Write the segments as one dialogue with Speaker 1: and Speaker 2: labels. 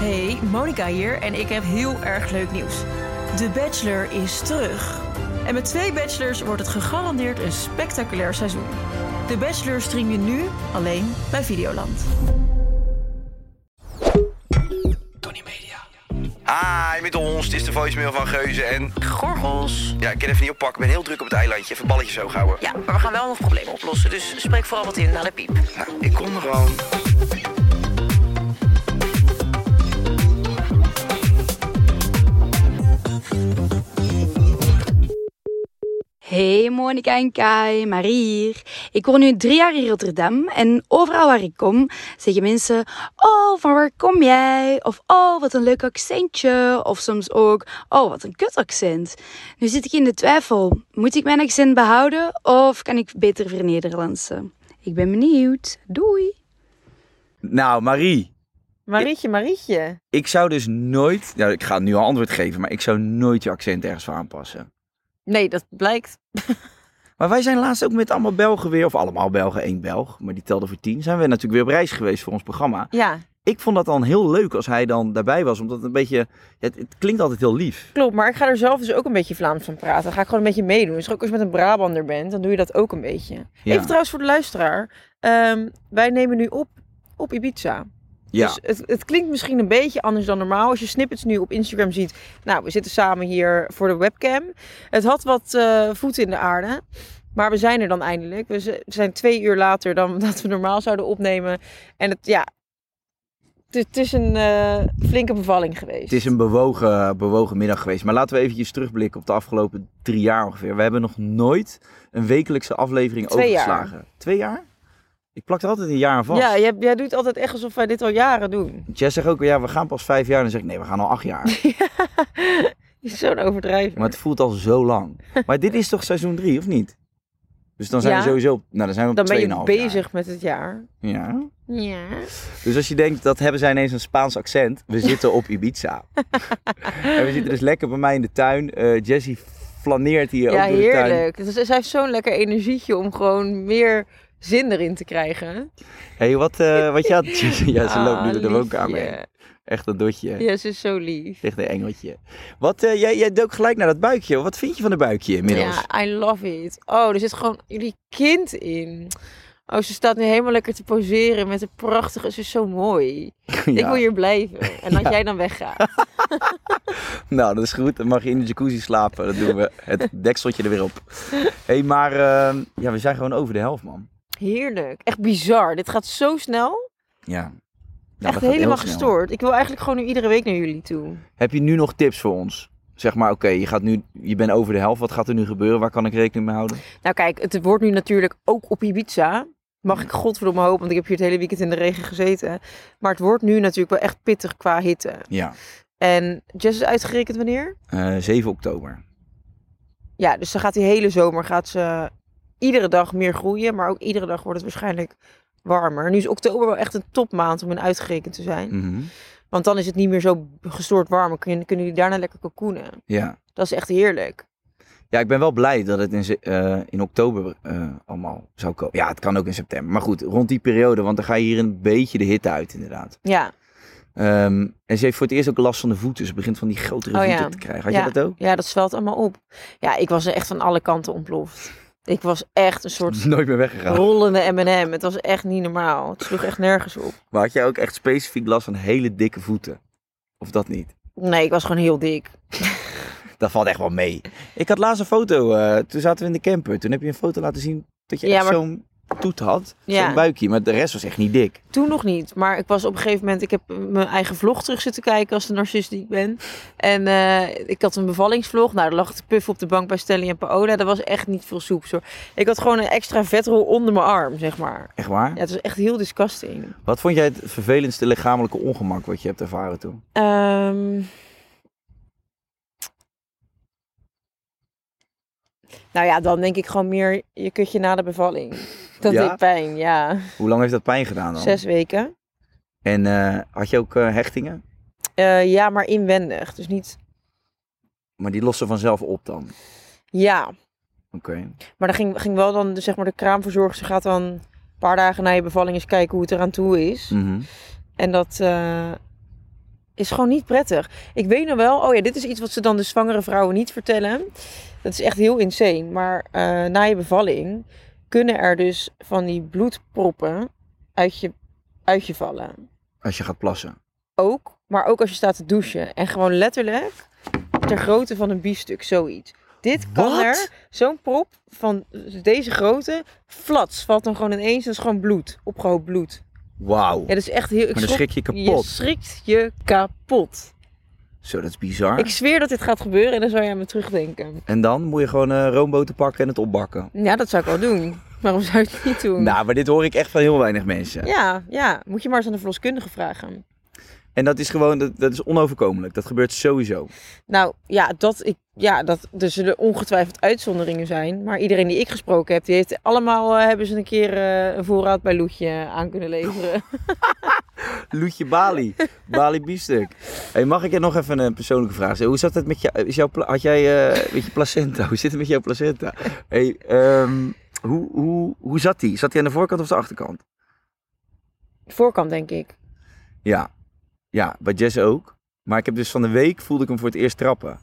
Speaker 1: Hey, Monica hier en ik heb heel erg leuk nieuws. De Bachelor is terug. En met twee Bachelors wordt het gegarandeerd een spectaculair seizoen. De Bachelor stream je nu alleen bij Videoland.
Speaker 2: Hi, met ons. Dit is Ah, de voicemail van Geuze en...
Speaker 3: Gorgels.
Speaker 2: Ja, ik kan even niet oppakken. Ik ben heel druk op het eilandje. Even balletjes houden.
Speaker 3: Ja, maar we gaan wel nog problemen oplossen, dus spreek vooral wat in naar de piep.
Speaker 2: Nou, ik kom er gewoon.
Speaker 4: Hey Monika en Kai, maar hier. Ik woon nu drie jaar in Rotterdam en overal waar ik kom zeggen mensen: Oh, van waar kom jij? Of Oh, wat een leuk accentje. Of soms ook: Oh, wat een kut accent. Nu zit ik in de twijfel: Moet ik mijn accent behouden of kan ik beter vernederlandsen? Ik ben benieuwd. Doei.
Speaker 5: Nou, Marie,
Speaker 6: Marietje, Marietje.
Speaker 5: ik zou dus nooit. Nou, ik ga nu al antwoord geven, maar ik zou nooit je accent ergens voor aanpassen.
Speaker 6: Nee, dat blijkt.
Speaker 5: Maar wij zijn laatst ook met allemaal Belgen weer, of allemaal Belgen, één Belg, maar die telde voor tien. Zijn we natuurlijk weer op reis geweest voor ons programma.
Speaker 6: Ja,
Speaker 5: Ik vond dat dan heel leuk als hij dan daarbij was, omdat het een beetje. ja, Het, het klinkt altijd heel lief.
Speaker 6: klopt. Maar ik ga er zelf dus ook een beetje Vlaams van praten. Dan ga ik gewoon een beetje meedoen. Dus ook als je met een Brabander bent, dan doe je dat ook een beetje.
Speaker 5: Ja.
Speaker 6: Even trouwens voor de luisteraar. ehm, wij nemen nu op op Ibiza.
Speaker 5: ja.
Speaker 6: Dus het, het klinkt misschien een beetje anders dan normaal. Als je snippets nu op Instagram ziet. Nou, we zitten samen hier voor de webcam. Het had wat eh voet in de aarde. Maar we zijn er dan eindelijk. We z- we zijn twee uur later dan dat we normaal zouden opnemen. En het, ja, het, het is een eh, flinke bevalling geweest.
Speaker 5: Het is een bewogen, bewogen middag geweest. Maar laten we eventjes terugblikken op de afgelopen drie jaar ongeveer. We hebben nog nooit een wekelijkse aflevering
Speaker 6: Twee jaar.
Speaker 5: overgeslagen. Twee jaar? Ik plak er altijd een jaar aan vast.
Speaker 6: Ja, jij, jij doet altijd echt alsof wij dit al jaren doen.
Speaker 5: Jess zegt ook, ja, we gaan pas vijf jaar. En dan zeg ik, nee, we gaan al acht jaar.
Speaker 6: Je is Zo'n overdrijving.
Speaker 5: Maar het voelt al zo lang. Maar dit is toch seizoen drie, of niet? Dus dan zijn
Speaker 6: Ja.
Speaker 5: we sowieso... op- Nou, dan zijn we op
Speaker 6: Dan ben je
Speaker 5: 2,5
Speaker 6: bezig met het jaar.
Speaker 5: jaar. Ja.
Speaker 6: Ja.
Speaker 5: Dus als je denkt, dat hebben zij ineens een Spaans accent. We zitten op Ibiza. en we zitten dus lekker bij mij in de tuin. Eh Jessie flaneert hier
Speaker 6: Ja,
Speaker 5: ook door de tuin.
Speaker 6: heerlijk. Dus zij heeft zo'n lekker energietje om gewoon meer zin erin te krijgen.
Speaker 5: Hé, hey, wat, eh, wat je had... ja, ze loopt nu
Speaker 6: Ah,
Speaker 5: door de woonkamer heen.
Speaker 6: liefje.
Speaker 5: Echt een dotje. hè?
Speaker 6: Ja, ze is zo lief.
Speaker 5: Echt een engeltje. Wat, eh, jij, jij dook gelijk naar dat buikje. Wat vind je van de buikje inmiddels?
Speaker 6: Ja, I love it. Oh, er zit gewoon jullie kind in. Oh, ze staat nu helemaal lekker te poseren met een prachtige... Ze is zo mooi. Ik
Speaker 5: Ja.
Speaker 6: wil hier blijven. En als jij dan weggaat.
Speaker 5: Nou, dat is goed. Dan mag je in de jacuzzi slapen. Dat doen we. Het dekseltje er weer op. hey, maar eh, ja, we zijn gewoon over de helft, man.
Speaker 6: Heerlijk. Echt bizar. Dit gaat zo snel.
Speaker 5: Ja. Nou, dat gaat
Speaker 6: Echt
Speaker 5: heel
Speaker 6: helemaal
Speaker 5: snel.
Speaker 6: gestoord. Ik wil eigenlijk gewoon nu iedere week naar jullie toe.
Speaker 5: Heb je nu nog tips voor ons? Zeg maar, oké, je gaat nu, je bent over de helft. Wat gaat er nu gebeuren? Waar kan ik rekening mee houden?
Speaker 6: Nou kijk, het wordt nu natuurlijk ook op Ibiza. Mag ik godverdomme hopen, want ik heb hier het hele weekend in de regen gezeten. Maar het wordt nu natuurlijk wel echt pittig qua hitte.
Speaker 5: Ja.
Speaker 6: En Jess is uitgerekend wanneer?
Speaker 5: Eh, 7 oktober.
Speaker 6: Ja, dus ze gaat die hele zomer gaat ze iedere dag meer groeien. Maar ook iedere dag wordt het waarschijnlijk warmer. Nu is oktober wel echt een topmaand om in uitgerekend te zijn.
Speaker 5: Mhm.
Speaker 6: Want dan is het niet meer zo gestoord warm. Dan kunnen kunnen jullie daarna lekker cocoonen.
Speaker 5: Ja.
Speaker 6: Dat is echt heerlijk.
Speaker 5: Ja, ik ben wel blij dat het in, ze- eh, in oktober eh, allemaal zou komen. Ja, het kan ook in september. Maar goed, rond die periode, want dan ga je hier een beetje de hitte uit, inderdaad.
Speaker 6: Ja,
Speaker 5: Ehm, en ze heeft voor het eerst ook last van de voeten. Ze begint van die grotere
Speaker 6: Oh,
Speaker 5: voeten
Speaker 6: ja.
Speaker 5: te krijgen. Had
Speaker 6: Ja.
Speaker 5: je dat ook?
Speaker 6: ja dat zwelt allemaal op. Ja, ik was er echt van alle kanten ontploft. Ik was echt een soort
Speaker 5: Nooit meer weggegaan.
Speaker 6: rollende M&M. Het was echt niet normaal. Het sloeg echt nergens op.
Speaker 5: Maar had jij ook echt specifiek last van hele dikke voeten? Of dat niet?
Speaker 6: Nee, ik was gewoon heel dik.
Speaker 5: Dat valt echt wel mee. Ik had laatst een foto. eh, toen zaten we in de camper. Toen heb je een foto laten zien dat je
Speaker 6: Ja,
Speaker 5: echt
Speaker 6: maar-
Speaker 5: zo'n toet had.
Speaker 6: Ja.
Speaker 5: Zo'n buikje. Maar de rest was echt niet dik.
Speaker 6: Toen nog niet, maar ik was op een gegeven moment... Ik heb mijn eigen vlog terug zitten kijken als de narcist die ik ben. En eh, ik had een bevallingsvlog. Nou, daar lag de puff op de bank bij Stelly en Paola. Dat was echt niet veel soep. Hoor. Ik had gewoon een extra vetrol onder mijn arm, zeg maar.
Speaker 5: Echt waar?
Speaker 6: Ja, het was echt heel disgusting.
Speaker 5: Wat vond jij het vervelendste lichamelijke ongemak wat je hebt ervaren toen?
Speaker 6: Ehm. Nou ja, dan denk ik gewoon meer je kutje na de bevalling. Dat
Speaker 5: Ja?
Speaker 6: deed pijn, ja.
Speaker 5: Hoe lang heeft dat pijn gedaan dan?
Speaker 6: Zes weken.
Speaker 5: En eh, had je ook eh, hechtingen?
Speaker 6: Eh, ja, maar inwendig. Dus niet.
Speaker 5: Maar die lossen vanzelf op dan. Oké.
Speaker 6: Ja. Maar dan ging, ging wel dan, dus zeg maar, de kraamverzorger ze gaat dan een
Speaker 5: Hm.
Speaker 6: paar dagen na je bevalling eens kijken hoe het eraan toe is.
Speaker 5: Mhm.
Speaker 6: En dat. eh, is gewoon niet prettig. Ik weet nog wel, oh ja, dit is iets wat ze dan de zwangere vrouwen niet vertellen. Dat is echt heel insane. Maar eh, na je bevalling kunnen er dus van die bloedproppen uit je, uit je vallen.
Speaker 5: Als je gaat plassen.
Speaker 6: Ook, maar ook als je staat te douchen. En gewoon letterlijk ter grootte van een biefstuk, zoiets. Dit kan
Speaker 5: Wat?
Speaker 6: er, zo'n prop van deze grootte, flats, valt dan gewoon ineens. Dat is gewoon bloed, opgehoopt bloed.
Speaker 5: Wauw.
Speaker 6: Ja, dat is echt heel... Ik
Speaker 5: Maar dan schrik je kapot.
Speaker 6: Je schrikt je kapot.
Speaker 5: Zo, dat is bizar.
Speaker 6: Ik zweer dat dit gaat gebeuren en dan zou jij aan me terugdenken.
Speaker 5: En dan moet je gewoon eh roomboten pakken en het opbakken.
Speaker 6: Ja, dat zou ik wel doen. Waarom zou je het niet doen?
Speaker 5: Nou, maar dit hoor ik echt van heel weinig mensen.
Speaker 6: Mm. Ja, ja. Moet je maar eens aan de verloskundige vragen.
Speaker 5: En dat is gewoon, dat, dat is onoverkomelijk. Dat gebeurt sowieso.
Speaker 6: Nou, ja, dat ik, ja dat, er zullen ongetwijfeld uitzonderingen zijn. Maar iedereen die ik gesproken heb, die heeft allemaal eh, hebben ze een keer eh, een voorraad bij Loetje aan kunnen leveren.
Speaker 5: Loetje Bali. Bali biefstuk. Hey, mag ik je nog even een persoonlijke vraag stellen? Hoe zat het met jou? Is jouw, pla- had jij eh, met je placenta? Hoe zit het met jouw placenta? Hey, ehm, hoe, hoe, hoe zat die? Zat die aan de voorkant of de achterkant?
Speaker 6: Voorkant, denk ik.
Speaker 5: Ja. Ja, bij Jess ook. Maar ik heb dus van de week voelde ik hem voor het eerst trappen.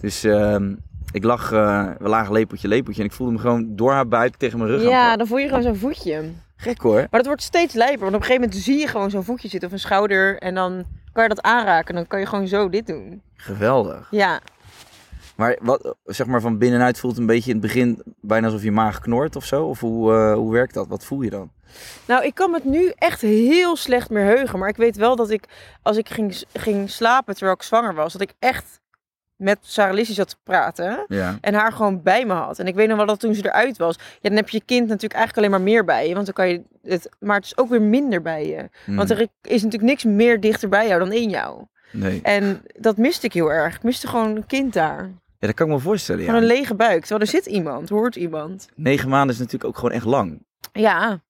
Speaker 5: Dus ehm, ik lag, eh, we lagen lepeltje, lepeltje. En ik voelde hem gewoon door haar buik tegen mijn rug aan
Speaker 6: Ja,
Speaker 5: trappen.
Speaker 6: dan voel je gewoon zo'n voetje.
Speaker 5: Gek hoor.
Speaker 6: Maar dat wordt steeds lijper, want op een gegeven moment zie je gewoon zo'n voetje zitten of een schouder. En dan kan je dat aanraken en dan kan je gewoon zo dit doen.
Speaker 5: Geweldig.
Speaker 6: Ja,
Speaker 5: Maar wat, zeg maar van binnenuit voelt het een beetje in het begin bijna alsof je maag knort of zo? Of hoe, eh, hoe werkt dat? Wat voel je dan?
Speaker 6: Nou, ik kan me het nu echt heel slecht meer heugen. Maar ik weet wel dat ik, als ik ging, ging slapen terwijl ik zwanger was, dat ik echt met Sarah Lissy zat te praten.
Speaker 5: Ja.
Speaker 6: En haar gewoon bij me had. En ik weet nog wel dat toen ze eruit was. Ja, dan heb je kind natuurlijk eigenlijk alleen maar meer bij je. Want dan kan je het. Maar het is ook weer minder bij je.
Speaker 5: Hmm.
Speaker 6: Want er is natuurlijk niks meer dichter bij jou dan in jou.
Speaker 5: Nee.
Speaker 6: En dat miste ik heel erg. Ik miste gewoon een kind daar.
Speaker 5: Ja, dat kan ik me voorstellen,
Speaker 6: Gewoon een
Speaker 5: ja.
Speaker 6: lege buik. Terwijl er zit iemand, er hoort iemand.
Speaker 5: Negen maanden is natuurlijk ook gewoon echt lang.
Speaker 6: Ja,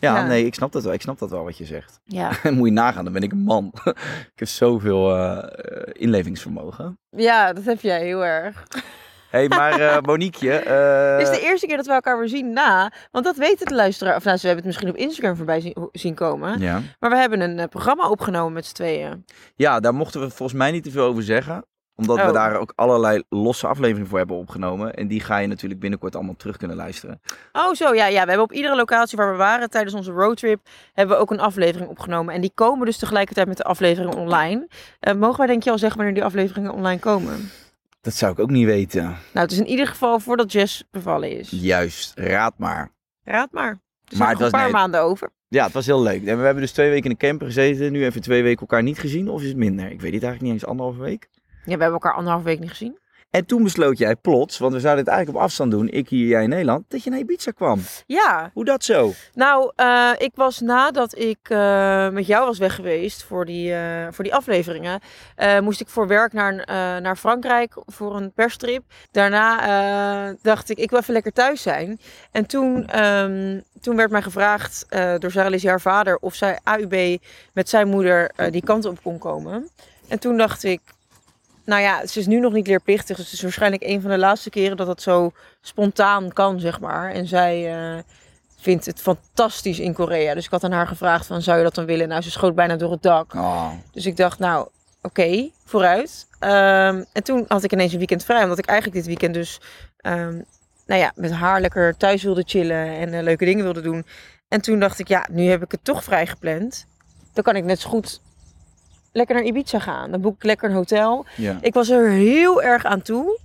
Speaker 5: Ja,
Speaker 6: Ja.
Speaker 5: nee, ik snap dat wel. Ik snap dat wel wat je zegt.
Speaker 6: ja.
Speaker 5: Moet je nagaan, dan ben ik een man. ik heb zoveel eh, eh, inlevingsvermogen.
Speaker 6: Ja, dat heb jij heel erg.
Speaker 5: hey, maar eh Moniqueje... eh,
Speaker 6: Dit is de eerste keer dat we elkaar weer zien na. Want dat weten de luisteraar. Of nou, ze hebben het misschien op Instagram voorbij zien, ho- zien komen.
Speaker 5: Ja.
Speaker 6: Maar we hebben een eh, programma opgenomen met z'n tweeën.
Speaker 5: ja, daar mochten we volgens mij niet te veel over zeggen. Omdat we
Speaker 6: Oh.
Speaker 5: daar ook allerlei losse afleveringen voor hebben opgenomen. En die ga je natuurlijk binnenkort allemaal terug kunnen luisteren.
Speaker 6: Oh, zo ja, ja. We hebben op iedere locatie waar we waren tijdens onze roadtrip. hebben we ook een aflevering opgenomen. En die komen dus tegelijkertijd met de afleveringen online. Eh, mogen wij, denk je, al zeggen wanneer die afleveringen online komen?
Speaker 5: Dat zou ik ook niet weten.
Speaker 6: Nou, het is in ieder geval voordat Jess bevallen is.
Speaker 5: Juist, raad maar.
Speaker 6: Raad maar. Er zijn
Speaker 5: Maar
Speaker 6: nog
Speaker 5: het
Speaker 6: een
Speaker 5: was
Speaker 6: paar
Speaker 5: net-
Speaker 6: maanden over.
Speaker 5: Ja, het was heel leuk. En we hebben dus twee weken in de camper gezeten. Nu even twee weken elkaar niet gezien. Of is het minder? Ik weet het eigenlijk niet eens. Anderhalve week.
Speaker 6: Ja, we hebben elkaar anderhalf week niet gezien.
Speaker 5: En toen besloot jij plots, want we zouden het eigenlijk op afstand doen. Ik hier, jij in Nederland. Dat je naar Ibiza kwam.
Speaker 6: Ja,
Speaker 5: Hoe dat zo?
Speaker 6: Nou, eh, ik was nadat ik eh, met jou was weg geweest voor die, eh, voor die afleveringen, eh, moest ik voor werk naar, een, eh, naar Frankrijk voor een perstrip. Daarna eh, dacht ik, ik wil even lekker thuis zijn. En toen, ehm, toen werd mij gevraagd eh, door Sarah Lizzie, haar vader, of zij AUB met zijn moeder eh, die kant op kon komen. En toen dacht ik, nou ja, ze is nu nog niet leerplichtig, dus het is waarschijnlijk een van de laatste keren dat dat zo spontaan kan, zeg maar. En zij... eh, vindt het fantastisch in Korea. Dus ik had aan haar gevraagd van, zou je dat dan willen? Nou, ze schoot bijna door het dak.
Speaker 5: Oh,
Speaker 6: Dus ik dacht, nou, oké, vooruit. Ehm, en toen had ik ineens een weekend vrij, omdat ik eigenlijk dit weekend dus, ehm, nou ja, met haar lekker thuis wilde chillen en eh, leuke dingen wilde doen. En toen dacht ik, ja, nu heb ik het toch vrij gepland. Dan kan ik net zo goed lekker naar Ibiza gaan. Dan boek ik lekker een hotel.
Speaker 5: ja.
Speaker 6: Ik was er heel erg aan toe.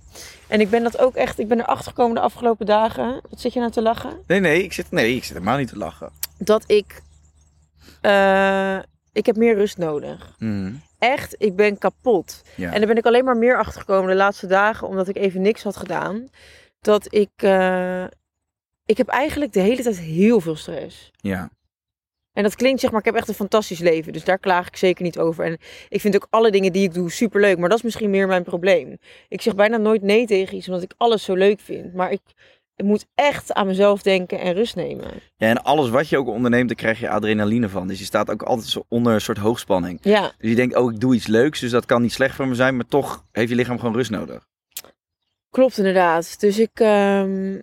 Speaker 6: En ik ben dat ook echt, ik ben erachter gekomen de afgelopen dagen. Wat zit je nou te lachen?
Speaker 5: Nee, nee ik, zit, nee, ik zit helemaal niet te lachen.
Speaker 6: dat ik. eh, ik heb meer rust nodig.
Speaker 5: Mhm.
Speaker 6: Echt, ik ben kapot.
Speaker 5: Ja.
Speaker 6: En daar ben ik alleen maar meer achter gekomen de laatste dagen, omdat ik even niks had gedaan. Dat ik. eh, ik heb eigenlijk de hele tijd heel veel stress.
Speaker 5: ja.
Speaker 6: En dat klinkt zeg maar, ik heb echt een fantastisch leven. Dus daar klaag ik zeker niet over. En ik vind ook alle dingen die ik doe superleuk. Maar dat is misschien meer mijn probleem. Ik zeg bijna nooit nee tegen iets, omdat ik alles zo leuk vind. Maar ik, ik moet echt aan mezelf denken en rust nemen.
Speaker 5: ja. En alles wat je ook onderneemt, daar krijg je adrenaline van. Dus je staat ook altijd zo onder een soort hoogspanning.
Speaker 6: Ja.
Speaker 5: Dus je denkt, oh, ik doe iets leuks, dus dat kan niet slecht voor me zijn. Maar toch heeft je lichaam gewoon rust nodig.
Speaker 6: Klopt inderdaad. Dus ik. ehm,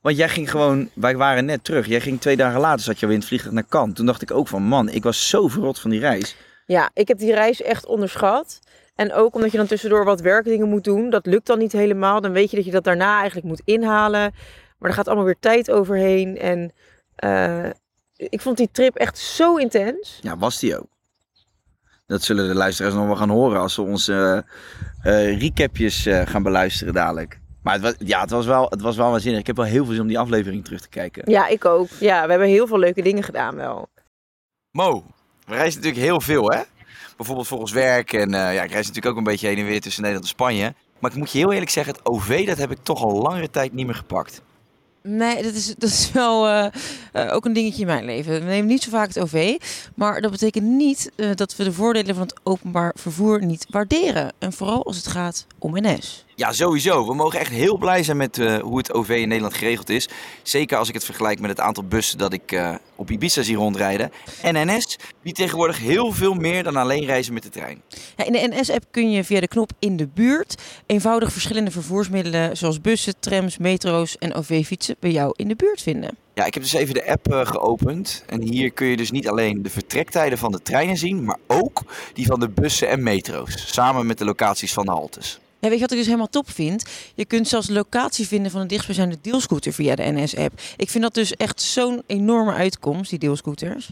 Speaker 5: Want jij ging gewoon, wij waren net terug. Jij ging twee dagen later, zat je weer in het vliegtuig naar Cannes. Toen dacht ik ook van, man, ik was zo verrot van die reis.
Speaker 7: Ja, ik heb die reis echt onderschat. En ook omdat je dan tussendoor wat werkdingen moet doen. Dat lukt dan niet helemaal. Dan weet je dat je dat daarna eigenlijk moet inhalen. Maar er gaat allemaal weer tijd overheen. En eh, ik vond die trip echt zo intens.
Speaker 5: Ja, was die ook. Dat zullen de luisteraars nog wel gaan horen als ze onze eh, eh, recapjes eh, gaan beluisteren dadelijk. Maar het was, ja, het was, wel, het was wel waanzinnig. Ik heb wel heel veel zin om die aflevering terug te kijken.
Speaker 7: Ja, ik ook. Ja, we hebben heel veel leuke dingen gedaan wel.
Speaker 5: Mo, we reizen natuurlijk heel veel, hè? Bijvoorbeeld voor ons werk. En eh, ja, ik reis natuurlijk ook een beetje heen en weer tussen Nederland en Spanje. Maar ik moet je heel eerlijk zeggen, het OV, dat heb ik toch al langere tijd niet meer gepakt.
Speaker 6: Nee, dat is, dat is wel eh, eh, ook een dingetje in mijn leven. We nemen niet zo vaak het OV. Maar dat betekent niet eh, dat we de voordelen van het openbaar vervoer niet waarderen. En vooral als het gaat om NS.
Speaker 5: Ja, sowieso. We mogen echt heel blij zijn met eh, hoe het OV in Nederland geregeld is. Zeker als ik het vergelijk met het aantal bussen dat ik eh, op Ibiza zie rondrijden. En NS, die tegenwoordig heel veel meer dan alleen reizen met de trein.
Speaker 6: Ja, in de NS-app kun je via de knop in de buurt eenvoudig verschillende vervoersmiddelen zoals bussen, trams, metro's en OV-fietsen bij jou in de buurt vinden.
Speaker 5: Ja, ik heb dus even de app eh, geopend. En hier kun je dus niet alleen de vertrektijden van de treinen zien, maar ook die van de bussen en metro's. Samen met de locaties van de haltes.
Speaker 6: Ja, weet je wat ik dus helemaal top vind? Je kunt zelfs locatie vinden van een dichtstbijzijnde deelscooter via de NS-app. Ik vind dat dus echt zo'n enorme uitkomst, die deelscooters.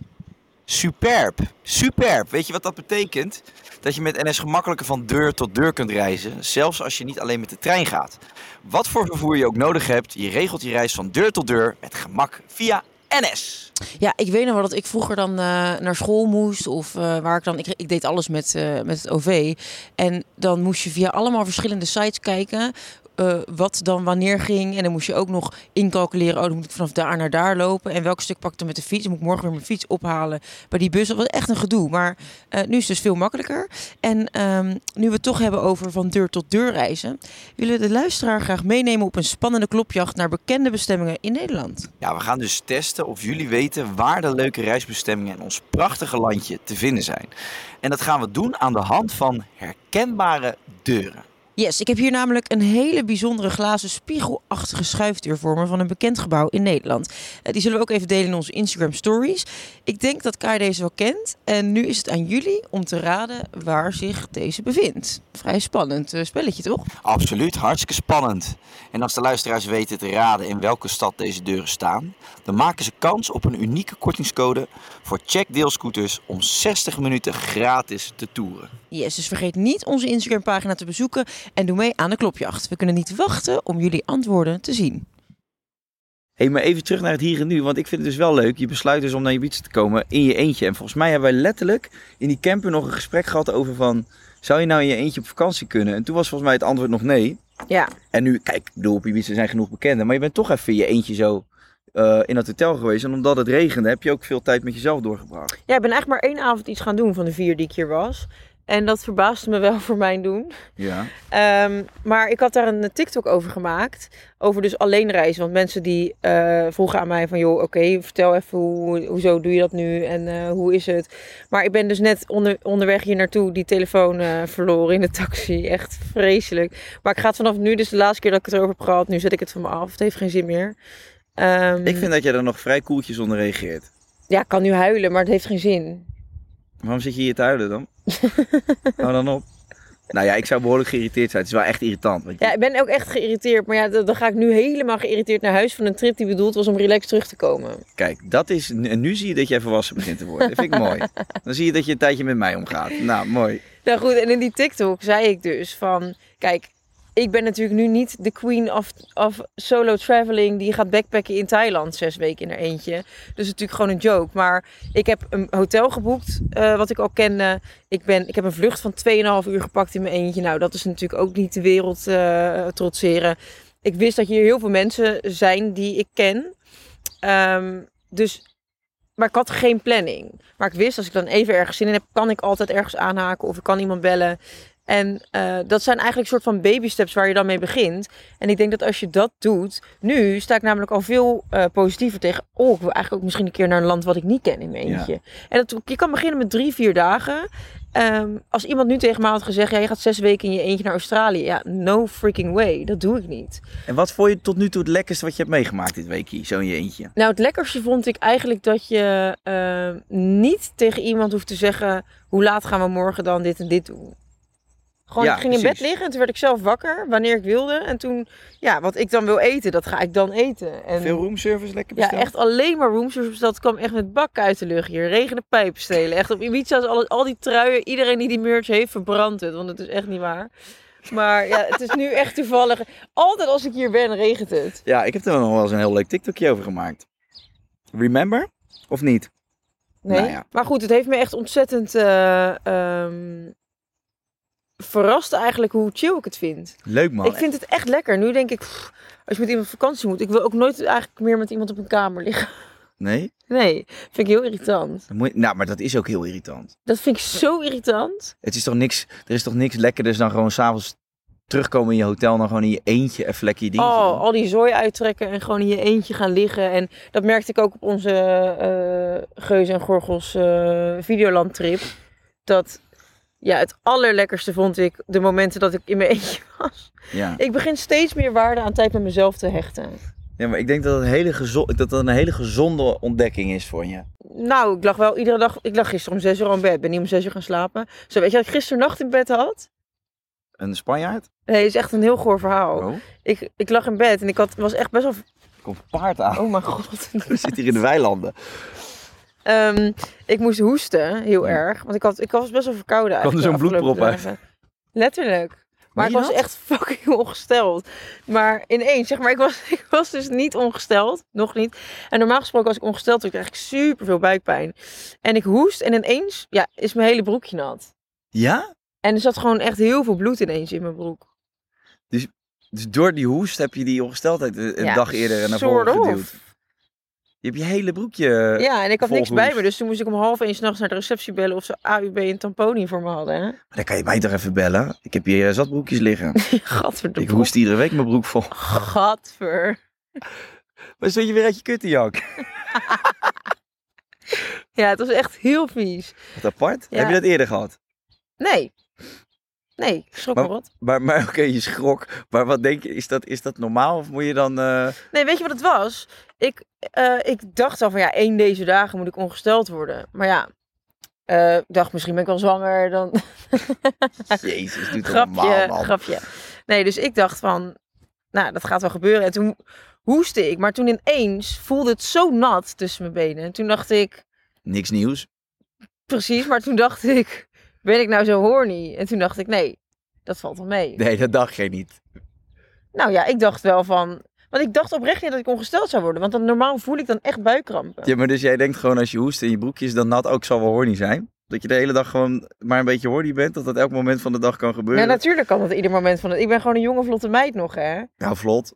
Speaker 5: Superb, superb. Weet je wat dat betekent? Dat je met NS gemakkelijker van deur tot deur kunt reizen, zelfs als je niet alleen met de trein gaat. Wat voor vervoer je ook nodig hebt, je regelt je reis van deur tot deur met gemak via NS.
Speaker 6: Ja, ik weet nog wel dat ik vroeger dan eh, naar school moest of eh, waar ik dan... Ik, ik deed alles met, eh, met het OV. En dan moest je via allemaal verschillende sites kijken eh, wat dan wanneer ging. En dan moest je ook nog incalculeren, oh dan moet ik vanaf daar naar daar lopen. En welk stuk pak ik dan met de fiets? Moet ik morgen weer mijn fiets ophalen bij die bus? Dat was echt een gedoe. Maar eh, nu is het dus veel makkelijker. En ehm, nu we het toch hebben over van deur tot deur reizen... willen we de luisteraar graag meenemen op een spannende klopjacht naar bekende bestemmingen in Nederland.
Speaker 5: Ja, we gaan dus testen of jullie weten waar de leuke reisbestemmingen in ons prachtige landje te vinden zijn. En dat gaan we doen aan de hand van herkenbare deuren.
Speaker 6: Yes, ik heb hier namelijk een hele bijzondere glazen spiegelachtige schuifdeur voor me van een bekend gebouw in Nederland. Eh, Die zullen we ook even delen in onze Instagram stories. Ik denk dat Kai deze wel kent en nu is het aan jullie om te raden waar zich deze bevindt. Vrij spannend eh, spelletje toch?
Speaker 5: Absoluut, hartstikke spannend. En als de luisteraars weten te raden in welke stad deze deuren staan, dan maken ze kans op een unieke kortingscode voor check deelscooters om 60 minuten gratis te toeren.
Speaker 6: Yes, dus vergeet niet onze Instagram pagina te bezoeken en doe mee aan de klopjacht. We kunnen niet wachten om jullie antwoorden te zien.
Speaker 5: Hé, maar even terug naar het hier en nu, want ik vind het dus wel leuk. Je besluit dus om naar je beach te komen in je eentje. En volgens mij hebben wij letterlijk in die camper nog een gesprek gehad over van, zou je nou in je eentje op vakantie kunnen? En toen was volgens mij het antwoord nog nee.
Speaker 7: Ja,
Speaker 5: En nu, kijk, ik bedoel, op Ibiza zijn genoeg bekenden. Maar je bent toch even in je eentje zo eh, in dat hotel geweest. En omdat het regende, heb je ook veel tijd met jezelf doorgebracht.
Speaker 7: Ja, ik ben eigenlijk maar één avond iets gaan doen van de vier die ik hier was. En dat verbaasde me wel voor mijn doen.
Speaker 5: Ja.
Speaker 7: Ehm, maar ik had daar een TikTok over gemaakt. Over dus alleen reizen. Want mensen die eh, vroegen aan mij van... joh, oké, vertel even hoe, hoezo doe je dat nu en eh, hoe is het? Maar ik ben dus net onder, onderweg hier naartoe die telefoon eh, verloren in de taxi. Echt vreselijk. Maar ik ga het vanaf nu, dus de laatste keer dat ik het erover heb gehad... nu zet ik het van me af. Het heeft geen zin meer. Ehm,
Speaker 5: Ik vind dat jij daar nog vrij koeltjes onder reageert.
Speaker 7: Ja, ik kan nu huilen, maar het heeft geen zin.
Speaker 5: Waarom zit je hier te huilen dan? Hou dan op. Nou ja, ik zou behoorlijk geïrriteerd zijn. Het is wel echt irritant. Want je-
Speaker 7: Ja, ik ben ook echt geïrriteerd. Maar ja, dan dan ga ik nu helemaal geïrriteerd naar huis van een trip die bedoeld was om relaxed terug te komen.
Speaker 5: Kijk, dat is... En nu zie je dat jij volwassen begint te worden. Dat vind ik mooi. Dan zie je dat je een tijdje met mij omgaat. Nou, mooi.
Speaker 7: Nou goed, en in die TikTok zei ik dus van... Kijk, ik ben natuurlijk nu niet de queen of, of solo traveling... die gaat backpacken in Thailand zes weken in haar eentje. Dus het is natuurlijk gewoon een joke. Maar ik heb een hotel geboekt, eh, wat ik al kende. Ik, ben, ik heb een vlucht van 2,5 uur gepakt in mijn eentje. Nou, dat is natuurlijk ook niet de wereld eh, trotseren. Ik wist dat hier heel veel mensen zijn die ik ken. Ehm, dus... Maar ik had geen planning. Maar ik wist, als ik dan even ergens zin in heb, kan ik altijd ergens aanhaken of ik kan iemand bellen. En eh, dat zijn eigenlijk soort van baby steps waar je dan mee begint. En ik denk dat als je dat doet, nu sta ik namelijk al veel eh, positiever tegen. Oh, ik wil eigenlijk ook misschien een keer naar een land wat ik niet ken in mijn
Speaker 5: Ja.
Speaker 7: eentje. En dat, je kan beginnen met drie, vier dagen. Ehm, als iemand nu tegen mij had gezegd, ja, je gaat zes weken in je eentje naar Australië. Ja, no freaking way. Dat doe ik niet.
Speaker 5: En wat vond je tot nu toe het lekkerste wat je hebt meegemaakt dit weekje? Zo in je eentje.
Speaker 7: Nou, het lekkerste vond ik eigenlijk dat je ehm, niet tegen iemand hoeft te zeggen... hoe laat gaan we morgen dan dit en dit doen. Gewoon,
Speaker 5: Ja,
Speaker 7: ik ging in bed
Speaker 5: precies.
Speaker 7: liggen en toen werd ik zelf wakker, wanneer ik wilde. En toen, ja, wat ik dan wil eten, dat ga ik dan eten. En
Speaker 5: Veel roomservice lekker
Speaker 7: Ehm, Ja,
Speaker 5: besteld?
Speaker 7: echt alleen maar roomservice besteld. Het kwam echt met bakken uit de lucht hier. Regende pijpstelen. Echt op Ibiza is alles, al die truien. Iedereen die die merch heeft, verbrandt het. Want het is echt niet waar. Maar ja, het is nu echt toevallig. Altijd als ik hier ben, regent het.
Speaker 5: Ja, ik heb er nog wel eens een heel leuk TikTokje over gemaakt. Remember? Of niet?
Speaker 7: Nee.
Speaker 5: Nou ja.
Speaker 7: Maar goed, het heeft me echt ontzettend eh, ehm, verrast eigenlijk hoe chill ik het vind.
Speaker 5: Leuk man.
Speaker 7: Ik vind het echt lekker. Nu denk ik, pff, als je met iemand op vakantie moet. Ik wil ook nooit eigenlijk meer met iemand op een kamer liggen.
Speaker 5: Nee?
Speaker 7: Nee, vind ik heel irritant.
Speaker 5: Dan moet je- Nou, maar dat is ook heel irritant.
Speaker 7: Dat vind ik zo irritant.
Speaker 5: Het is toch niks, er is toch niks lekkerder dan gewoon s'avonds terugkomen in je hotel en dan gewoon in je eentje even lekker je dingetje
Speaker 7: Oh,
Speaker 5: doen.
Speaker 7: al die zooi uittrekken en gewoon in je eentje gaan liggen. En dat merkte ik ook op onze eh Geuze en Gorgels eh Videoland trip. Dat ja, het allerlekkerste vond ik de momenten dat ik in mijn eentje was.
Speaker 5: Ja.
Speaker 7: Ik begin steeds meer waarde aan tijd met mezelf te hechten.
Speaker 5: ja, maar ik denk dat, het hele gezo- dat dat een hele gezonde ontdekking is voor je.
Speaker 7: Nou, ik lag wel iedere dag. Ik lag gisteren om zes uur al in bed. Ben niet om zes uur gaan slapen. Zo, weet je wat ik gisternacht in bed had?
Speaker 5: Een Spanjaard?
Speaker 7: Nee, is echt een heel goor verhaal.
Speaker 5: Oh.
Speaker 7: Ik, ik lag in bed en ik had, was echt best wel.
Speaker 5: Er komt een paard aan.
Speaker 7: Oh mijn god.
Speaker 5: We zitten hier in de weilanden.
Speaker 7: Ehm, ik moest hoesten, heel
Speaker 5: Ja.
Speaker 7: erg. Want ik, had, ik was best wel verkouden
Speaker 5: Kwam er
Speaker 7: eigenlijk.
Speaker 5: zo'n
Speaker 7: de afgelopen
Speaker 5: bloedprop uit?
Speaker 7: dagen. Letterlijk. Maar ik
Speaker 5: je
Speaker 7: was
Speaker 5: dat?
Speaker 7: echt fucking ongesteld. Maar ineens, zeg maar, ik was, ik was dus niet ongesteld. Nog niet. En normaal gesproken, als ik ongesteld was, krijg ik super veel buikpijn. En ik hoest en ineens ja, is mijn hele broekje nat.
Speaker 5: Ja?
Speaker 7: En er zat gewoon echt heel veel bloed ineens in mijn broek.
Speaker 5: Dus door die hoest heb je die ongesteldheid een een
Speaker 7: Ja,
Speaker 5: dag eerder naar
Speaker 7: sort
Speaker 5: voren
Speaker 7: of.
Speaker 5: geduwd. Je hebt je hele broekje...
Speaker 7: ja, en ik had niks
Speaker 5: volhoest.
Speaker 7: bij me. Dus toen moest ik om half één s'nachts naar de receptie bellen of ze AUB en tamponie voor me hadden. hè.
Speaker 5: Maar dan kan je mij toch even bellen? Ik heb hier eh, zat broekjes liggen.
Speaker 7: Gadverdamme.
Speaker 5: Ik hoest iedere week mijn broek vol.
Speaker 7: Gadver.
Speaker 5: Maar zit je weer uit je kuttenjak?
Speaker 7: Ja, het was echt heel vies.
Speaker 5: Wat apart.
Speaker 7: Ja.
Speaker 5: Heb je dat eerder gehad?
Speaker 7: Nee. Nee, ik schrok
Speaker 5: Maar-
Speaker 7: me rot.
Speaker 5: Maar, maar oké, je schrok. Maar wat denk je, is dat, is dat normaal of moet je dan... eh,
Speaker 7: Nee, weet je wat het was? Ik, eh, ik dacht al van ja, één deze dagen moet ik ongesteld worden. Maar ja, eh, ik dacht misschien ben ik wel zwanger. Dan...
Speaker 5: Jezus, doe toch normaal
Speaker 7: grapje,
Speaker 5: man.
Speaker 7: grapje. Nee, dus ik dacht van, nou, dat gaat wel gebeuren. En toen hoestte ik. Maar toen ineens voelde het zo nat tussen mijn benen. En toen dacht ik,
Speaker 5: Niks nieuws.
Speaker 7: precies, maar toen dacht ik, ben ik nou zo horny? En toen dacht ik, nee, dat valt wel mee.
Speaker 5: Nee, dat dacht jij niet.
Speaker 7: Nou ja, ik dacht wel van. Want ik dacht oprecht niet dat ik ongesteld zou worden. Want dan, normaal voel ik dan echt buikkrampen.
Speaker 5: Ja, maar dus jij denkt gewoon als je hoest en je broekje is dan nat ook zal wel horny zijn. Dat je de hele dag gewoon maar een beetje horny bent. Dat dat elk moment van de dag kan
Speaker 7: Ja,
Speaker 5: gebeuren.
Speaker 7: natuurlijk kan dat ieder moment van het. Ik ben gewoon een jonge vlotte meid nog, hè.
Speaker 5: Nou, vlot.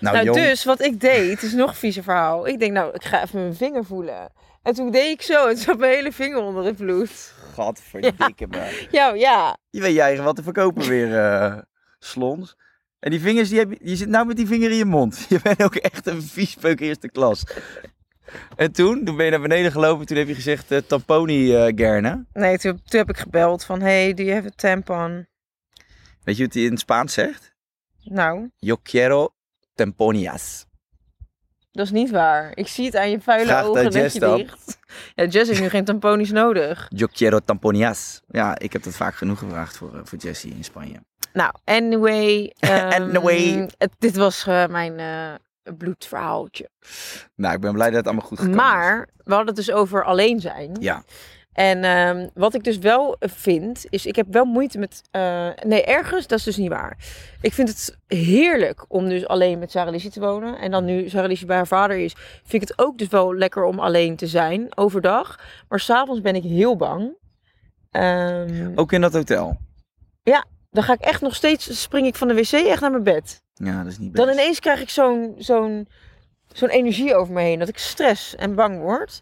Speaker 5: Nou,
Speaker 7: nou,
Speaker 5: jong.
Speaker 7: dus wat ik deed, het is nog een vieze verhaal. Ik denk, nou, ik ga even mijn vinger voelen. En toen deed ik zo, en toen zat mijn hele vinger onder het bloed.
Speaker 5: Gadverdikke me.
Speaker 7: Ja, ja.
Speaker 5: Je weet je eigen wat te verkopen weer, eh, slons. En die vingers, die heb je, je zit nou met die vinger in je mond. Je bent ook echt een viespeuk eerste klas. En toen, toen ben je naar beneden gelopen. Toen heb je gezegd, eh, tamponi eh gerne.
Speaker 7: Nee, toen, toen heb ik gebeld van, hey, do you have a tampon?
Speaker 5: Weet je wat hij in het Spaans zegt?
Speaker 7: Nou,
Speaker 5: Yo quiero tamponias.
Speaker 7: dat is niet waar. Ik zie het aan je vuile
Speaker 5: Vraag
Speaker 7: ogen
Speaker 5: dat
Speaker 7: dat
Speaker 5: Jess
Speaker 7: je
Speaker 5: dan.
Speaker 7: dicht. Ja, Jess heeft nu geen tamponies nodig.
Speaker 5: Yo quiero tamponias. Ja, ik heb dat vaak genoeg gevraagd voor, eh, voor Jessie in Spanje.
Speaker 7: Nou, anyway. ehm,
Speaker 5: Anyway.
Speaker 7: het- dit was eh, mijn eh, bloedverhaaltje.
Speaker 5: Nou, ik ben blij dat het allemaal goed gekomen is.
Speaker 7: Maar we hadden het dus over alleen zijn.
Speaker 5: Ja.
Speaker 7: En ehm, wat ik dus wel vind, is ik heb wel moeite met... eh, nee, ergens, dat is dus niet waar. Ik vind het heerlijk om dus alleen met Sarah Lizzie te wonen. En dan nu Sarah Lizzie bij haar vader is, vind ik het ook dus wel lekker om alleen te zijn overdag. Maar s'avonds ben ik heel bang. Ehm,
Speaker 5: Ook in dat hotel.
Speaker 7: Dan ga ik echt nog steeds, spring ik van de wc echt naar mijn bed.
Speaker 5: Ja, dat is niet best.
Speaker 7: Dan ineens krijg ik zo'n zo'n zo'n energie over me heen. Dat ik stress en bang word.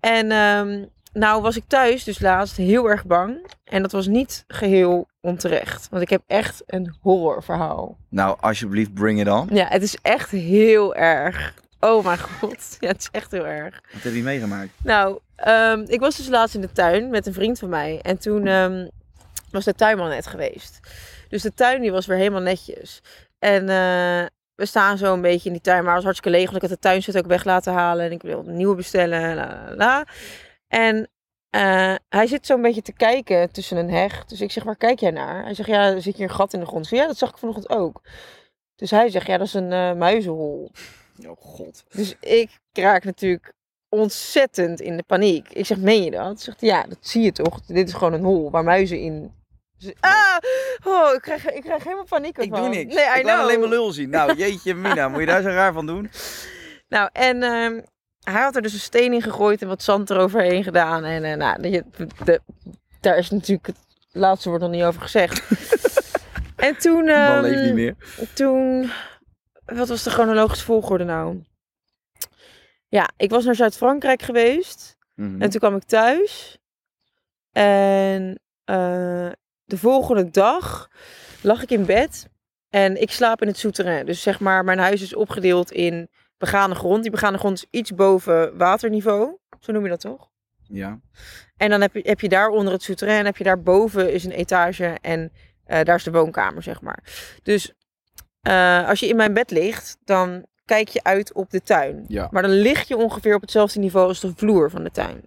Speaker 7: En ehm, nou was ik thuis dus laatst heel erg bang. En dat was niet geheel onterecht. Want ik heb echt een horrorverhaal.
Speaker 5: Nou, alsjeblieft, bring it on.
Speaker 7: Ja, het is echt heel erg. Oh mijn god. Ja, het is echt heel erg.
Speaker 5: Wat heb je meegemaakt?
Speaker 7: Nou, ehm, Ehm, ik was dus laatst in de tuin met een vriend van mij. En toen ehm, was de tuinman net geweest. Dus de tuin die was weer helemaal netjes. En eh, we staan zo een beetje in die tuin. Maar het was hartstikke leeg. Want ik had de tuinzet ook weg laten halen. En ik wil een nieuwe bestellen. La, la, la. En eh, hij zit zo'n beetje te kijken tussen een heg. Dus ik zeg, waar kijk jij naar? Hij zegt, ja, er zit hier een gat in de grond. Ik zeg, ja, dat zag ik vanochtend ook. Dus hij zegt, ja, dat is een eh, muizenhol.
Speaker 5: Oh god.
Speaker 7: Dus ik raak natuurlijk ontzettend in de paniek. Ik zeg, meen je dat? Zegt hij, ja, dat zie je toch? Dit is gewoon een hol waar muizen in... z- Ah, oh, ik krijg, ik krijg helemaal paniek
Speaker 5: Ik doe
Speaker 7: ervan.
Speaker 5: niks.
Speaker 7: Nee, I
Speaker 5: ik laat
Speaker 7: know.
Speaker 5: alleen mijn lul zien. Nou, jeetje mina, moet je daar zo raar van doen?
Speaker 7: Nou, en ehm, hij had er dus een steen in gegooid en wat zand eroverheen gedaan. En eh, nou, je- de- daar is natuurlijk het laatste woord nog niet over gezegd. en toen...
Speaker 5: De man
Speaker 7: ehm,
Speaker 5: leeft niet meer.
Speaker 7: toen. Wat was de chronologische volgorde nou? Ja, ik was naar Zuid-Frankrijk geweest.
Speaker 5: Mhm.
Speaker 7: En toen kwam ik thuis. En eh, de volgende dag lag ik in bed. En ik slaap in het souterrain. Dus zeg maar, mijn huis is opgedeeld in begane grond. Die begane grond is iets boven waterniveau. Zo noem je dat toch?
Speaker 5: Mhm. Ja.
Speaker 7: En dan heb je, heb je daar onder het souterrain, heb je daarboven is een etage en eh, daar is de woonkamer, zeg maar. Dus eh, als je in mijn bed ligt, dan kijk je uit op de tuin.
Speaker 5: Ja.
Speaker 7: Maar dan lig je ongeveer op hetzelfde niveau als de vloer van de tuin.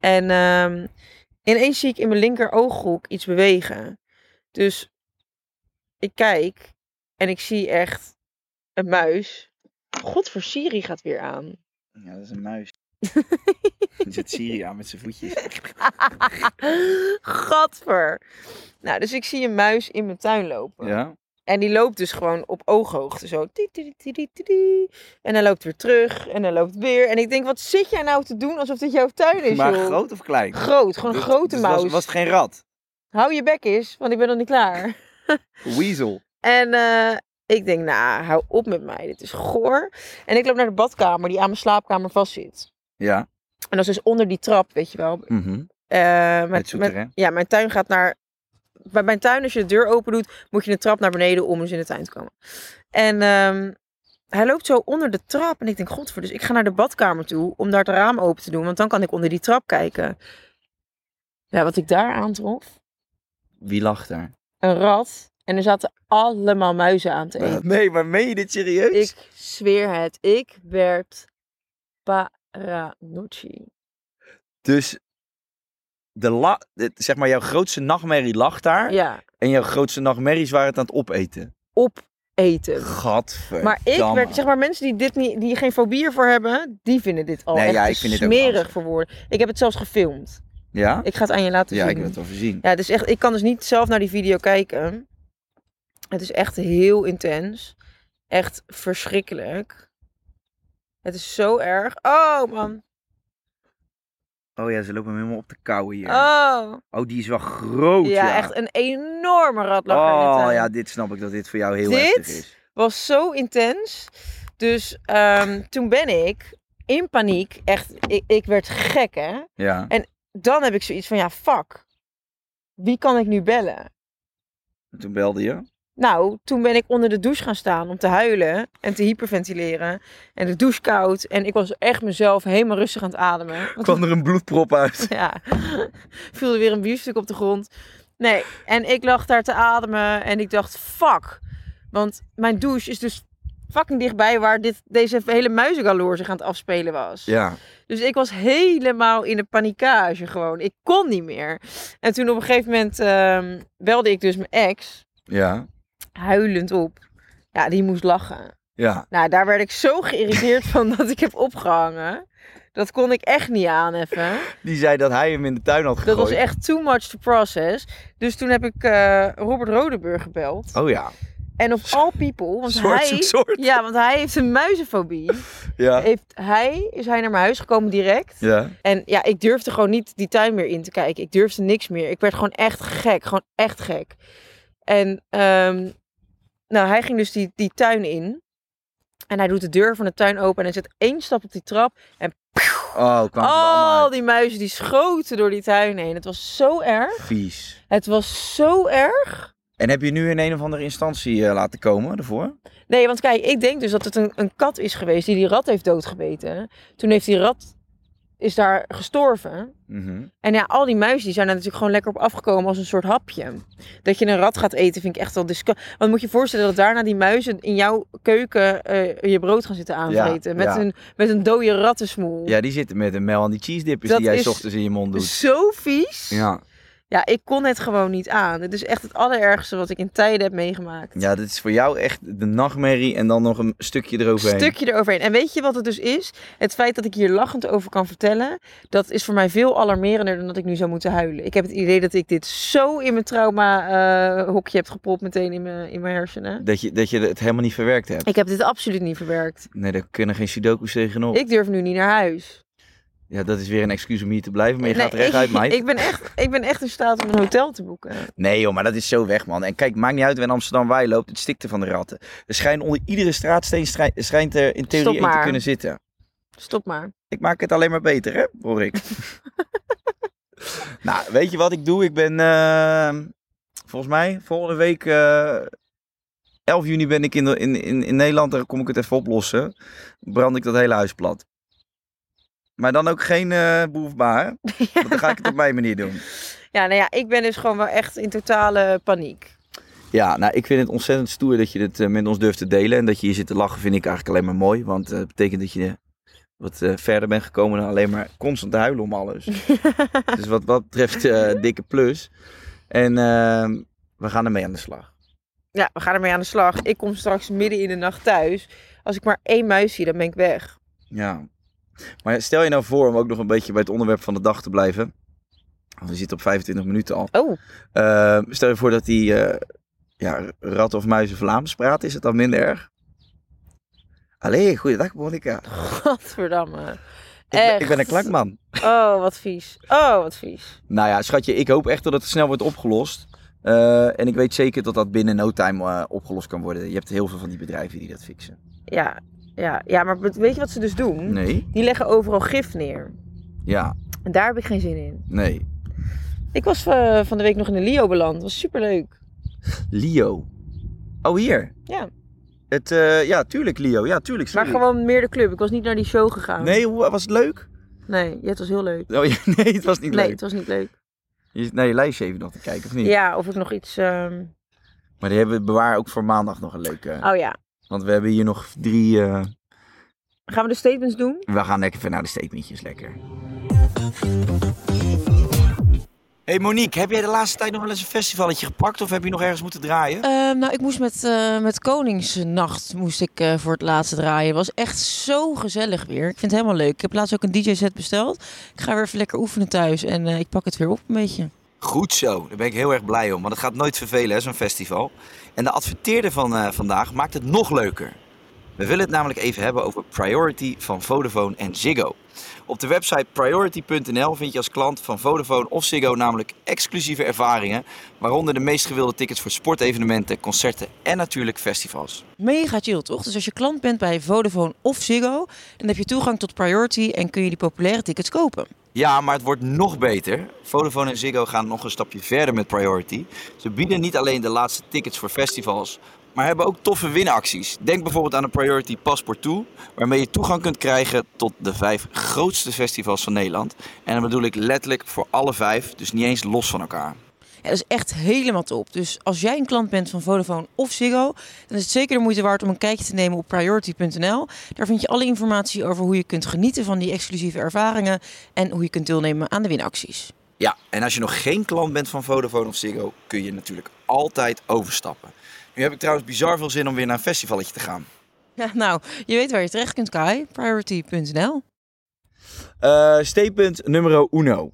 Speaker 7: En ehm, ineens zie ik in mijn linker ooghoek iets bewegen. Dus ik kijk en ik zie echt een muis. God voor Siri gaat weer aan.
Speaker 5: Ja, dat is een muis. Die zit Siri aan met zijn voetjes.
Speaker 7: Gadver. Nou, dus ik zie een muis in mijn tuin lopen.
Speaker 5: Ja.
Speaker 7: En die loopt dus gewoon op ooghoogte. Zo. Ti, ti, ti, ti, ti, ti. En hij loopt weer terug. En hij loopt weer. En ik denk, wat zit jij nou te doen alsof dit jouw tuin is,
Speaker 5: Maar
Speaker 7: joh?
Speaker 5: groot of klein?
Speaker 7: Groot, gewoon een
Speaker 5: Dus-
Speaker 7: grote
Speaker 5: dus
Speaker 7: muis.
Speaker 5: Was, was het geen rat?
Speaker 7: Hou je bek eens, want ik ben nog niet klaar.
Speaker 5: Weasel.
Speaker 7: En eh, ik denk, nou, hou op met mij. Dit is goor. En ik loop naar de badkamer die aan mijn slaapkamer vastzit.
Speaker 5: Ja.
Speaker 7: En dat is dus onder die trap, weet je wel.
Speaker 5: Mhm.
Speaker 7: Eh, mijn,
Speaker 5: Het souterrain.
Speaker 7: mijn- ja, mijn tuin gaat naar... Bij mijn tuin, als je de deur open doet, moet je een trap naar beneden om eens in de tuin te komen. En ehm, hij loopt zo onder de trap. En ik denk, godver, dus ik ga naar de badkamer toe om daar het raam open te doen. Want dan kan ik onder die trap kijken. Ja, wat ik daar aantrof,
Speaker 5: Wie lag daar?
Speaker 7: een rat. En er zaten allemaal muizen aan te eten.
Speaker 5: Nee, maar meen je dit serieus?
Speaker 7: Ik zweer het. Ik werd paranoïde.
Speaker 5: Dus de la, de- zeg maar, jouw grootste nachtmerrie lag daar.
Speaker 7: Ja,
Speaker 5: En jouw grootste nachtmerries waren het aan het opeten.
Speaker 7: opeten.
Speaker 5: Gadverdamme.
Speaker 7: Maar ik werd, zeg maar, mensen die, dit niet, die geen fobie ervoor hebben, die vinden dit al
Speaker 5: Nee,
Speaker 7: echt
Speaker 5: ja,
Speaker 7: te
Speaker 5: ik vind dit ook
Speaker 7: smerig
Speaker 5: lastig.
Speaker 7: voor woorden. Ik heb het zelfs gefilmd.
Speaker 5: Ja?
Speaker 7: Ik ga het aan je laten
Speaker 5: Ja,
Speaker 7: zien.
Speaker 5: ik wil het wel voorzien.
Speaker 7: Ja, dus echt, ik kan dus niet zelf naar die video kijken. Het is echt heel intens. Echt verschrikkelijk. Het is zo erg. Oh, man.
Speaker 5: Oh ja, ze lopen hem helemaal op te kauwen hier.
Speaker 7: Oh.
Speaker 5: Oh, die is wel groot, ja.
Speaker 7: Ja, echt een enorme rat lag er in de
Speaker 5: Oh
Speaker 7: tuin.
Speaker 5: ja, dit snap ik dat dit voor jou heel
Speaker 7: Dit?
Speaker 5: heftig is.
Speaker 7: was zo intens. Dus ehm, toen ben ik in paniek, echt, ik, ik werd gek hè.
Speaker 5: Ja.
Speaker 7: Dan heb ik zoiets van, ja fuck, wie kan ik nu bellen?
Speaker 5: En Toen belde je.
Speaker 7: Nou, toen ben ik onder de douche gaan staan om te huilen en te hyperventileren. En de douche koud en ik was echt mezelf helemaal rustig aan het ademen. Want
Speaker 5: Kwam er een bloedprop uit.
Speaker 7: ja, viel er weer een biefstuk op de grond. Nee, en ik lag daar te ademen en ik dacht, fuck. Want mijn douche is dus fucking dichtbij waar dit, deze hele muizengaloor zich aan het afspelen was.
Speaker 5: Ja.
Speaker 7: Dus ik was helemaal in de panikage gewoon. Ik kon niet meer. En toen op een gegeven moment ehm, belde ik dus mijn ex,
Speaker 5: Ja.
Speaker 7: huilend op. Ja, die moest lachen.
Speaker 5: Ja.
Speaker 7: Nou, daar werd ik zo geïrriteerd van dat ik heb opgehangen. Dat kon ik echt niet aan even.
Speaker 5: Die zei dat hij hem in de tuin had gegooid.
Speaker 7: Dat was echt too much to process. Dus toen heb ik eh, Robert Rodenburg gebeld.
Speaker 5: Oh ja.
Speaker 7: En op all people, want
Speaker 5: Soort
Speaker 7: hij...
Speaker 5: zoekt soort.
Speaker 7: Ja, want hij heeft een muizenfobie.
Speaker 5: Ja.
Speaker 7: Heeft hij, is hij naar mijn huis gekomen direct.
Speaker 5: Ja.
Speaker 7: En ja, ik durfde gewoon niet die tuin meer in te kijken. Ik durfde niks meer. Ik werd gewoon echt gek. Gewoon echt gek. En ehm, nou, hij ging dus die, die tuin in. En hij doet de deur van de tuin open. En hij zet één stap op die trap. En
Speaker 5: Oh, kwam het allemaal
Speaker 7: al
Speaker 5: uit.
Speaker 7: die muizen die schoten door die tuin heen. Het was zo erg.
Speaker 5: Vies.
Speaker 7: Het was zo erg.
Speaker 5: En heb je nu in een of andere instantie eh, laten komen ervoor?
Speaker 7: Nee, want kijk, ik denk dus dat het een, een kat is geweest die die rat heeft doodgebeten. Toen heeft die rat is daar gestorven.
Speaker 5: Mhm.
Speaker 7: En ja, al die muizen die zijn daar natuurlijk gewoon lekker op afgekomen als een soort hapje. Dat je een rat gaat eten vind ik echt wel disco. Want moet je je voorstellen dat daarna die muizen in jouw keuken eh, je brood gaan zitten aanvreten. met,
Speaker 5: ja.
Speaker 7: Een, met een dode rattensmoel.
Speaker 5: Ja, die zitten met een mel aan die cheese dipjes
Speaker 7: Dat
Speaker 5: die jij
Speaker 7: is-
Speaker 5: 's ochtends in je mond doet.
Speaker 7: Zo vies.
Speaker 5: Ja.
Speaker 7: Ja, ik kon het gewoon niet aan. Dit is echt het allerergste wat ik in tijden heb meegemaakt.
Speaker 5: ja, dit is voor jou echt de nachtmerrie en dan nog een stukje eroverheen.
Speaker 7: Stukje eroverheen. En weet je wat het dus is? Het feit dat ik hier lachend over kan vertellen, dat is voor mij veel alarmerender dan dat ik nu zou moeten huilen. Ik heb het idee dat ik dit zo in mijn trauma-hokje heb gepropt, meteen in mijn, in mijn hersenen.
Speaker 5: Dat je, dat je het helemaal niet verwerkt hebt.
Speaker 7: Ik heb dit absoluut niet verwerkt.
Speaker 5: Nee, daar kunnen geen sudoku's tegenop.
Speaker 7: Ik durf nu niet naar huis.
Speaker 5: Ja, dat is weer een excuus om hier te blijven, maar je gaat er
Speaker 7: Nee,
Speaker 5: echt uit, meid.
Speaker 7: ik, ik, ben echt, ik ben echt in staat om een hotel te boeken.
Speaker 5: Nee joh, maar dat is zo weg, man. En kijk, maakt niet uit waar in Amsterdam waar je loopt, het stikte van de ratten. Er schijnt onder iedere straatsteen strij- schijnt er in
Speaker 7: Stop
Speaker 5: theorie één te
Speaker 7: maar.
Speaker 5: kunnen zitten.
Speaker 7: Stop maar.
Speaker 5: Ik maak het alleen maar beter, hè, hoor ik. nou, weet je wat ik doe? Ik ben, eh, volgens mij, volgende week, eh 11 juni ben ik in, de- in, in, in Nederland. Daar kom ik het even oplossen. Brand ik dat hele huis plat. Maar dan ook geen eh behoefbaar. Want dan ga ik het op mijn manier doen.
Speaker 7: Ja, nou ja, ik ben dus gewoon wel echt in totale paniek.
Speaker 5: Ja, nou, ik vind het ontzettend stoer dat je dit eh, met ons durft te delen. En dat je hier zit te lachen vind ik eigenlijk alleen maar mooi. Want eh, het betekent dat je eh, wat eh, verder bent gekomen dan alleen maar constant huilen om alles. dus wat dat betreft, eh, dikke plus. En ehm, we gaan ermee aan de slag.
Speaker 7: Ja, we gaan ermee aan de slag. Ik kom straks midden in de nacht thuis. Als ik maar één muis zie, dan ben ik weg.
Speaker 5: Ja. Maar stel je nou voor, om ook nog een beetje bij het onderwerp van de dag te blijven. Want we zitten op 25 minuten al.
Speaker 7: Oh,
Speaker 5: Ehm, stel je voor dat die eh, ja, rat of muizen Vlaams praat. Is het dan minder erg? Allee, goeiedag Monica.
Speaker 7: godverdamme.
Speaker 5: Ik ben, ik
Speaker 7: Echt.
Speaker 5: ben een klakman.
Speaker 7: Oh, wat vies. Oh, wat vies.
Speaker 5: Nou ja, schatje, ik hoop echt dat het snel wordt opgelost. Eh, en ik weet zeker dat dat binnen no time eh, opgelost kan worden. Je hebt heel veel van die bedrijven die dat fixen.
Speaker 7: Ja, ja, ja, maar weet je wat ze dus doen?
Speaker 5: Nee?
Speaker 7: Die leggen overal gif neer.
Speaker 5: Ja,
Speaker 7: En daar heb ik geen zin in.
Speaker 5: nee.
Speaker 7: Ik was eh, van de week nog in de Lio beland. was superleuk.
Speaker 5: Leo. Oh, hier.
Speaker 7: Ja.
Speaker 5: Het, eh, ja, tuurlijk Leo. Ja, tuurlijk.
Speaker 7: Maar
Speaker 5: Sorry.
Speaker 7: gewoon meer de club. Ik was niet naar die show gegaan.
Speaker 5: Nee, hoe- was het leuk?
Speaker 7: Nee, ja, het was heel leuk.
Speaker 5: Oh, ja, nee, het was niet
Speaker 7: Nee,
Speaker 5: leuk.
Speaker 7: het was niet leuk.
Speaker 5: Je zit naar je lijstje even nog te kijken, of niet?
Speaker 7: Ja, of ik nog iets... ehm,
Speaker 5: Maar die hebben we bewaar ook voor maandag nog een leuke.
Speaker 7: Oh ja.
Speaker 5: Want we hebben hier nog drie... eh,
Speaker 7: Gaan we de statements doen?
Speaker 5: We gaan lekker even naar de statementjes, lekker. Hey Monique, heb jij de laatste tijd nog wel eens een festivaletje gepakt of heb je nog ergens moeten draaien?
Speaker 6: Ehm, nou, ik moest met, eh, met Koningsnacht moest ik, eh, voor het laatst draaien. Het was echt zo gezellig weer. Ik vind het helemaal leuk. Ik heb laatst ook een DJ-set besteld. Ik ga weer even lekker oefenen thuis en eh, ik pak het weer op een beetje.
Speaker 5: Goed zo, daar ben ik heel erg blij om, want het gaat nooit vervelen, hè, zo'n festival. En de adverteerder van eh, vandaag maakt het nog leuker. We willen het namelijk even hebben over Priority van Vodafone en Ziggo. Op de website priority.nl vind je als klant van Vodafone of Ziggo namelijk exclusieve ervaringen, waaronder de meest gewilde tickets voor sportevenementen, concerten en natuurlijk festivals.
Speaker 6: Mega chill, toch? Dus als je klant bent bij Vodafone of Ziggo, dan heb je toegang tot Priority en kun je die populaire tickets kopen.
Speaker 5: Ja, maar het wordt nog beter. Vodafone en Ziggo gaan nog een stapje verder met Priority. Ze bieden niet alleen de laatste tickets voor festivals, maar hebben ook toffe winacties. Denk bijvoorbeeld aan een Priority Passport Toe, waarmee je toegang kunt krijgen tot de vijf grootste festivals van Nederland. En dan bedoel ik letterlijk voor alle vijf, dus niet eens los van elkaar.
Speaker 6: Ja, dat is echt helemaal top. Dus als jij een klant bent van Vodafone of Ziggo, dan is het zeker de moeite waard om een kijkje te nemen op priority.nl. Daar vind je alle informatie over hoe je kunt genieten van die exclusieve ervaringen en hoe je kunt deelnemen aan de winacties.
Speaker 5: Ja, en als je nog geen klant bent van Vodafone of Ziggo, kun je natuurlijk altijd overstappen. Nu heb ik trouwens bizar veel zin om weer naar een festivaletje te gaan.
Speaker 6: Ja, nou, je weet waar je terecht kunt, Kai. Priority.nl.
Speaker 5: Eh statement nummer uno.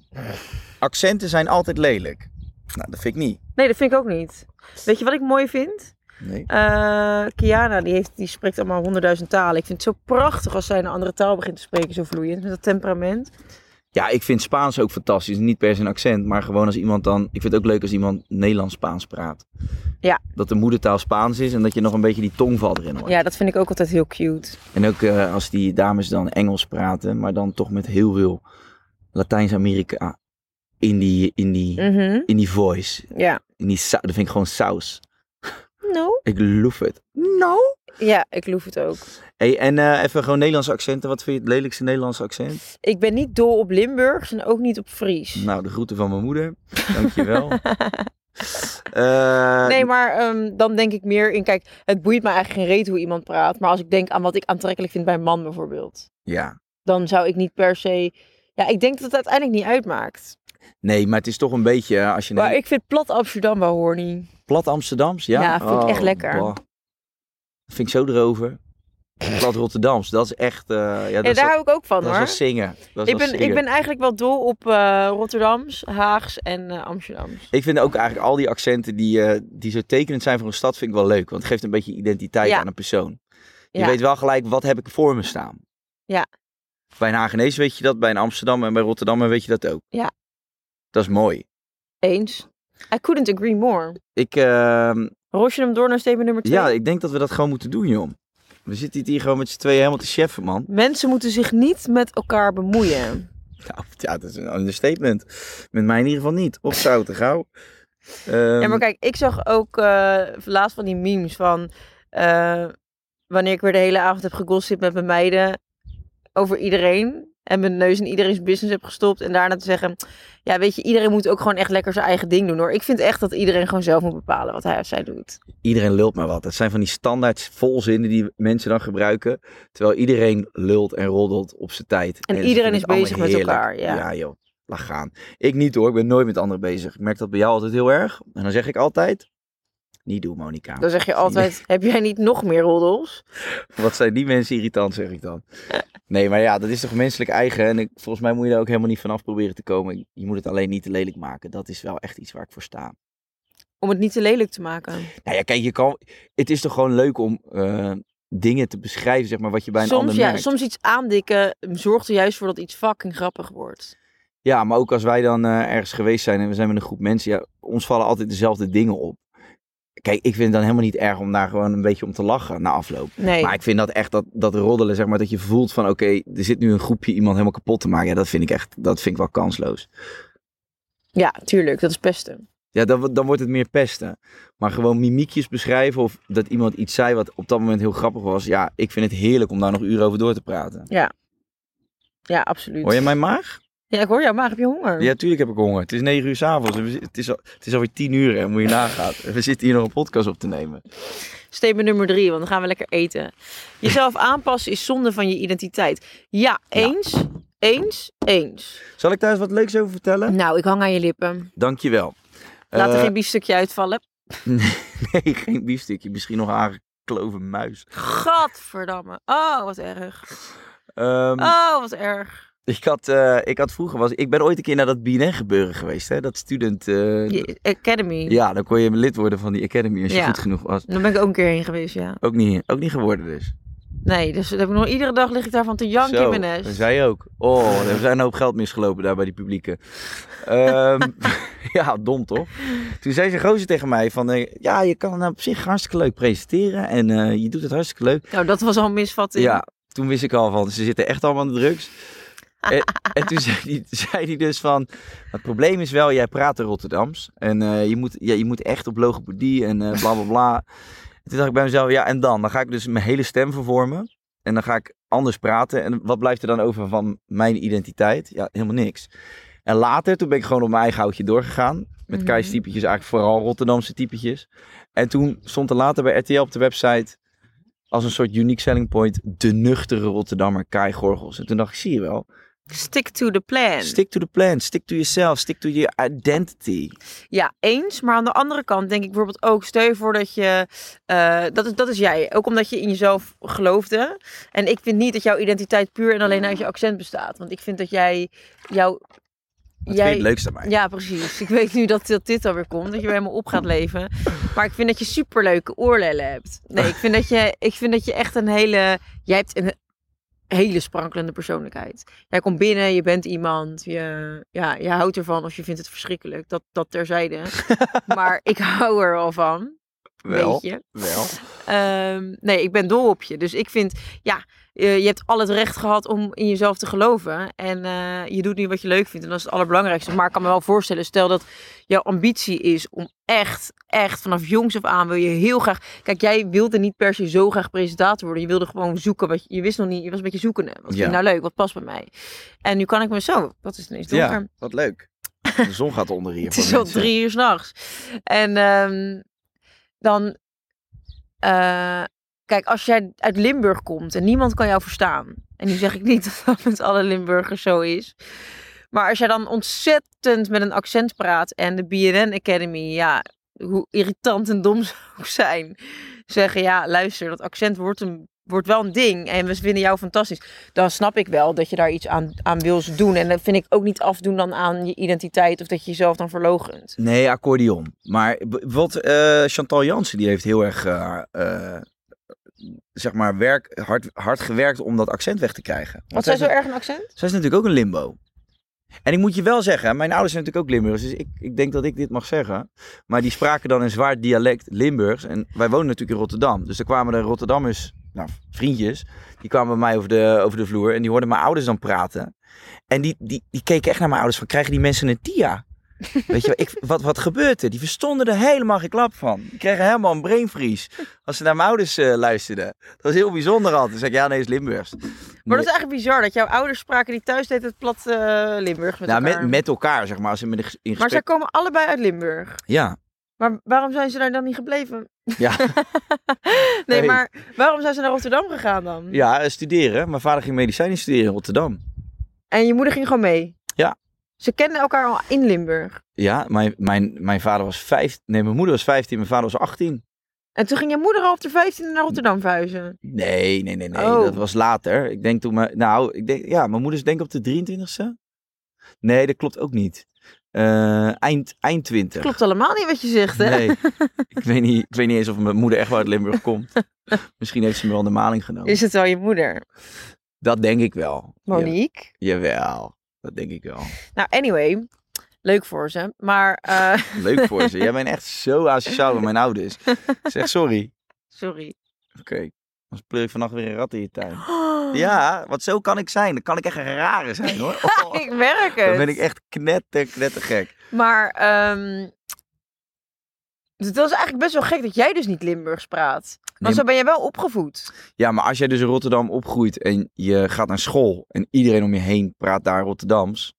Speaker 5: Accenten zijn altijd lelijk. Nou, dat vind ik niet.
Speaker 7: Nee, dat vind ik ook niet. Weet je wat ik mooi vind?
Speaker 5: Nee.
Speaker 7: Eh, Kiana, die, heeft, die spreekt allemaal honderdduizend talen. Ik vind het zo prachtig als zij een andere taal begint te spreken, zo vloeiend, met dat temperament.
Speaker 5: Ja, ik vind Spaans ook fantastisch. Niet per se een accent, maar gewoon als iemand dan... Ik vind het ook leuk als iemand Nederlands-Spaans praat.
Speaker 7: Ja.
Speaker 5: Dat de moedertaal Spaans is en dat je nog een beetje die tongval erin hoort.
Speaker 7: Ja, dat vind ik ook altijd heel cute.
Speaker 5: En ook eh, als die dames dan Engels praten, maar dan toch met heel veel Latijns-Amerika in die, in, die,
Speaker 7: Mhm,
Speaker 5: in die voice.
Speaker 7: Ja.
Speaker 5: In die sa- dat vind ik gewoon saus.
Speaker 7: No,
Speaker 5: Ik loef het. Nou?
Speaker 7: Ja, ik loef het ook.
Speaker 5: Hey, en eh, even gewoon Nederlandse accenten. Wat vind je het lelijkste Nederlandse accent?
Speaker 7: Ik ben niet dol op Limburgs en ook niet op Fries.
Speaker 5: Nou, de groeten van mijn moeder. Dankjewel. Eh
Speaker 7: Nee, maar ehm, dan denk ik meer in, kijk, het boeit me eigenlijk geen reet hoe iemand praat. Maar als ik denk aan wat ik aantrekkelijk vind bij een man bijvoorbeeld.
Speaker 5: Ja,
Speaker 7: Dan zou ik niet per se... Ja, ik denk dat het uiteindelijk niet uitmaakt.
Speaker 5: nee, maar het is toch een beetje, eh, als je
Speaker 7: Maar
Speaker 5: naar
Speaker 7: ik vind plat Amsterdam wel horny.
Speaker 5: plat Amsterdams, ja?
Speaker 7: Ja, vind ik echt lekker.
Speaker 5: bah. Dat vind ik zo erover. Plat Rotterdams, dat is echt, eh, ja, dat,
Speaker 7: Ja,
Speaker 5: is,
Speaker 7: daar
Speaker 5: wel-
Speaker 7: hou ik ook van
Speaker 5: dat is wel
Speaker 7: hoor.
Speaker 5: zingen. Dat is
Speaker 7: Ik
Speaker 5: wel
Speaker 7: ben, ik
Speaker 5: zingen.
Speaker 7: ben eigenlijk wel dol op eh, Rotterdams, Haags en eh, Amsterdams.
Speaker 5: Ik vind ook eigenlijk al die accenten die, eh, die zo tekenend zijn voor een stad, vind ik wel leuk. Want het geeft een beetje identiteit
Speaker 7: Ja.
Speaker 5: aan een persoon. Je
Speaker 7: Ja.
Speaker 5: weet wel gelijk, wat heb ik voor me staan?
Speaker 7: Ja.
Speaker 5: Bij een Hagenees weet je dat, bij een Amsterdam en bij Rotterdam weet je dat ook.
Speaker 7: Ja.
Speaker 5: Dat is mooi.
Speaker 7: Eens. I couldn't agree more.
Speaker 5: Ik, ehm,
Speaker 7: Ros je hem door naar statement nummer 2?
Speaker 5: ja, ik denk dat we dat gewoon moeten doen, joh. We zitten hier gewoon met z'n tweeën helemaal te cheffen, man.
Speaker 7: Mensen moeten zich niet met elkaar bemoeien.
Speaker 5: Nou, ja, dat is een understatement. Met mij in ieder geval niet. Op zouten gauw. Ehm,
Speaker 7: ja, maar kijk, ik zag ook eh, laatst van die memes van... eh, wanneer ik weer de hele avond heb gegossip met mijn meiden over iedereen... en mijn neus in iedereen's business heb gestopt... en daarna te zeggen... ja, weet je, iedereen moet ook gewoon echt lekker zijn eigen ding doen, hoor. Ik vind echt dat iedereen gewoon zelf moet bepalen wat hij of zij doet.
Speaker 5: iedereen lult maar wat. Het zijn van die standaard volzinnen die mensen dan gebruiken. Terwijl iedereen lult en roddelt op zijn tijd.
Speaker 7: En
Speaker 5: ze
Speaker 7: iedereen
Speaker 5: vinden
Speaker 7: is
Speaker 5: het
Speaker 7: bezig
Speaker 5: allemaal
Speaker 7: met
Speaker 5: heerlijk.
Speaker 7: elkaar, ja.
Speaker 5: joh. Laat gaan. Ik niet hoor. Ik ben nooit met anderen bezig. Ik merk dat bij jou altijd heel erg. En dan zeg ik altijd... Niet doen, Monica.
Speaker 7: Dan zeg je altijd, heb jij niet nog meer roddels?
Speaker 5: Wat zijn die mensen irritant, zeg ik dan. Nee, maar ja, dat is toch menselijk eigen. En ik, volgens mij moet je daar ook helemaal niet vanaf proberen te komen. Je moet het alleen niet te lelijk maken. Dat is wel echt iets waar ik voor sta.
Speaker 7: Om het niet te lelijk te maken.
Speaker 5: Nou ja, kijk, je kan, het is toch gewoon leuk om eh, dingen te beschrijven, zeg maar, wat je bij een
Speaker 7: soms,
Speaker 5: ander
Speaker 7: ja,
Speaker 5: merkt.
Speaker 7: soms iets aandikken zorgt er juist voor dat iets fucking grappig wordt.
Speaker 5: Ja, maar ook als wij dan eh, ergens geweest zijn en we zijn met een groep mensen, ja, ons vallen altijd dezelfde dingen op. Kijk, ik vind het dan helemaal niet erg om daar gewoon een beetje om te lachen na afloop.
Speaker 7: Nee.
Speaker 5: Maar ik vind dat echt dat, dat roddelen, zeg maar, dat je voelt van oké, er zit nu een groepje iemand helemaal kapot te maken. Ja, dat vind ik echt, dat vind ik wel kansloos.
Speaker 7: Ja, tuurlijk, dat is pesten.
Speaker 5: Ja, dan, wo- dan wordt het meer pesten. Maar gewoon mimiekjes beschrijven of dat iemand iets zei wat op dat moment heel grappig was. Ja, ik vind het heerlijk om daar nog uren over door te praten.
Speaker 7: Ja, absoluut.
Speaker 5: Hoor je mijn maag?
Speaker 7: Ja, ik hoor jou, maar heb je honger?
Speaker 5: Ja, tuurlijk heb ik honger. Het is negen uur s'avonds. Het is, al, het is alweer tien uur en moet je nagaan. En We zitten hier nog een podcast op te nemen.
Speaker 7: Statement nummer drie, want dan gaan we lekker eten. Jezelf aanpassen is zonde van je identiteit. Ja, eens, eens, eens.
Speaker 5: Zal ik daar eens wat leuks over vertellen?
Speaker 7: Nou, ik hang aan je lippen.
Speaker 5: Dankjewel.
Speaker 7: Laat er
Speaker 5: Eh,
Speaker 7: geen biefstukje uitvallen.
Speaker 5: Nee, geen biefstukje. Misschien nog een aangekloven muis.
Speaker 7: Gadverdamme. Oh, wat erg.
Speaker 5: Ehm,
Speaker 7: Oh, wat erg.
Speaker 5: ik, had, eh, ik had vroeger... Was, ik ben ooit een keer naar dat BNN gebeuren geweest. Hè? Dat student... eh,
Speaker 7: Je- Academy.
Speaker 5: Ja, dan kon je lid worden van die Academy als je
Speaker 7: Ja.
Speaker 5: goed genoeg was.
Speaker 7: Daar ben ik ook een keer heen geweest, ja.
Speaker 5: Ook niet, ook niet geworden dus.
Speaker 7: Nee, dus dat heb ik nog, iedere dag lig ik daarvan te janken in mijn
Speaker 5: dat
Speaker 7: nest.
Speaker 5: zei ook. Oh, er zijn een hoop geld misgelopen daar bij die publieke. Ehm, ja, dom toch? Toen zei ze gozer tegen mij van... eh, ja, je kan op zich hartstikke leuk presenteren en eh, je doet het hartstikke leuk.
Speaker 7: Nou, dat was al een misvatting.
Speaker 5: Ja, toen wist ik al van, ze zitten echt allemaal aan de drugs. En, en toen zei hij, zei hij dus van, het probleem is wel, jij praat in Rotterdams. En eh, je, moet, ja, je moet echt op logopedie en eh, bla bla bla. En toen dacht ik bij mezelf, ja en dan? Dan ga ik dus mijn hele stem vervormen. En dan ga ik anders praten. En wat blijft er dan over van mijn identiteit? Ja, helemaal niks. En later, toen ben ik gewoon op mijn eigen houtje doorgegaan. Met
Speaker 7: Mhm.
Speaker 5: Kai's typetjes, eigenlijk vooral Rotterdamse typetjes. En toen stond er later bij RTL op de website als een soort unique selling point de nuchtere Rotterdammer Kai Gorgels. En toen dacht ik, zie je wel,
Speaker 7: Stick to the plan.
Speaker 5: stick to the plan, stick to yourself, stick to your identity.
Speaker 7: Ja, eens. Maar aan de andere kant denk ik bijvoorbeeld ook... Stel je voor dat je... eh, dat, is, dat is jij. Ook omdat je in jezelf geloofde. En ik vind niet dat jouw identiteit puur en alleen uit je accent bestaat. Want ik vind dat jij... Jouw,
Speaker 5: Dat vind ik het leukste aan mij.
Speaker 7: Ja, precies. Ik weet nu dat, dat dit alweer komt, dat je weer helemaal op gaat leven. Maar ik vind dat je superleuke oorlellen hebt. Nee, ik vind dat je, ik vind dat je echt een hele... Jij hebt een hele sprankelende persoonlijkheid. Jij komt binnen, je bent iemand, je, ja, je houdt ervan of je vindt het verschrikkelijk. Dat, dat terzijde. maar ik hou er al van,
Speaker 5: wel,
Speaker 7: weet je.
Speaker 5: wel.
Speaker 7: Ehm, nee, ik ben dol op je. Dus ik vind, ja, eh, je hebt al het recht gehad om in jezelf te geloven. En eh, je doet nu wat je leuk vindt. En dat is het allerbelangrijkste. Maar ik kan me wel voorstellen, stel dat jouw ambitie is om echt, echt vanaf jongs af aan wil je heel graag. Kijk, jij wilde niet per se zo graag presentator worden. Je wilde gewoon zoeken. Wat je, je wist nog niet, je was een beetje zoekende. Wat vind
Speaker 5: Ja.
Speaker 7: ik nou leuk? Wat past bij mij? En nu kan ik me zo. Wat is het ineens donker?
Speaker 5: wat leuk. De zon gaat onder hier.
Speaker 7: Het
Speaker 5: voor
Speaker 7: is al
Speaker 5: mensen.
Speaker 7: drie uur s'nachts. En ehm, dan. eh, kijk, als jij uit Limburg komt en niemand kan jou verstaan. En nu zeg ik niet dat dat met alle Limburgers zo is. Maar als jij dan ontzettend met een accent praat en de BNN Academy, ja, hoe irritant en dom ze ook zijn, zeggen ja, luister, dat accent wordt, een, wordt wel een ding en we vinden jou fantastisch. Dan snap ik wel dat je daar iets aan, aan wil doen. En dat vind ik ook niet afdoen dan aan je identiteit of dat je jezelf dan verlogent.
Speaker 5: Nee, accordeon. Maar b- wat eh, Chantal Jansen, die heeft heel erg, eh, eh, zeg maar, werk, hard, hard gewerkt om dat accent weg te krijgen. Want
Speaker 7: Wat
Speaker 5: zij
Speaker 7: zij
Speaker 5: is
Speaker 7: zo erg een accent?
Speaker 5: Zij is natuurlijk ook een limbo. En ik moet je wel zeggen, mijn ouders zijn natuurlijk ook Limburgers, dus ik, ik denk dat ik dit mag zeggen. Maar die spraken dan een zwaar dialect Limburgs. En wij wonen natuurlijk in Rotterdam. Dus er kwamen de Rotterdammers, nou, vriendjes, die kwamen bij mij over de, over de vloer. En die hoorden mijn ouders dan praten. En die, die, die keken echt naar mijn ouders van, krijgen die mensen een TIA? Weet je, wel, ik, wat, wat gebeurt er? Die verstonden er helemaal geen klap van. Die kregen helemaal een brain freeze als ze naar mijn ouders eh, luisterden. Dat was heel bijzonder altijd. Dan zei ik, ja, nee, het is Limburgs.
Speaker 7: Maar dat is eigenlijk bizar dat jouw ouders spraken die thuis deed het plat eh, Limburgs met
Speaker 5: nou,
Speaker 7: elkaar.
Speaker 5: Met, met elkaar, zeg maar. Als ze met een ges- in
Speaker 7: Maar zij
Speaker 5: gesprek...
Speaker 7: komen allebei uit Limburg.
Speaker 5: Ja,
Speaker 7: Maar waarom zijn ze daar dan niet gebleven?
Speaker 5: Ja.
Speaker 7: nee,
Speaker 5: Nee.
Speaker 7: maar waarom zijn ze naar Rotterdam gegaan dan?
Speaker 5: ja, eh, studeren. Mijn vader ging medicijnen studeren in Rotterdam.
Speaker 7: En je moeder ging gewoon mee?
Speaker 5: Ja.
Speaker 7: Ze kenden elkaar al in Limburg.
Speaker 5: Ja, mijn, mijn, mijn vader was vijf... Nee, mijn moeder was 15, mijn vader was 18.
Speaker 7: En toen ging je moeder al op de 15e naar Rotterdam verhuizen.
Speaker 5: Nee, nee, nee, nee.
Speaker 7: Oh.
Speaker 5: Dat was later. Ik denk toen mijn... Nou, ik denk... Ja, mijn moeder is denk ik op de 23e. Nee, dat klopt ook niet. Eh, eind, eind 20.
Speaker 7: Klopt allemaal niet wat je zegt, hè?
Speaker 5: Nee, ik weet, niet, ik weet niet eens of mijn moeder echt wel uit Limburg komt. Misschien heeft ze me wel de maling genomen.
Speaker 7: Is het wel je moeder?
Speaker 5: Dat denk ik wel. Ja,
Speaker 7: Monique?
Speaker 5: jawel, dat denk ik wel.
Speaker 7: Nou, anyway. Leuk voor ze. Maar, eh,
Speaker 5: Leuk voor ze. Jij bent echt zo asociaal met mijn ouders. Zeg sorry.
Speaker 7: sorry.
Speaker 5: Oké, dan pleur ik vannacht weer een rat in je tuin. Ja, want zo kan ik zijn. Dan kan ik echt een rare zijn hoor. Oh,
Speaker 7: Ik merk het.
Speaker 5: dan ben ik echt knetter, knettergek.
Speaker 7: Maar, ehm dus dat is eigenlijk best wel gek dat jij dus niet Limburgs praat. Want
Speaker 5: Nee,
Speaker 7: zo ben jij wel opgevoed.
Speaker 5: Ja, maar als jij dus in Rotterdam opgroeit en je gaat naar school en iedereen om je heen praat daar Rotterdams.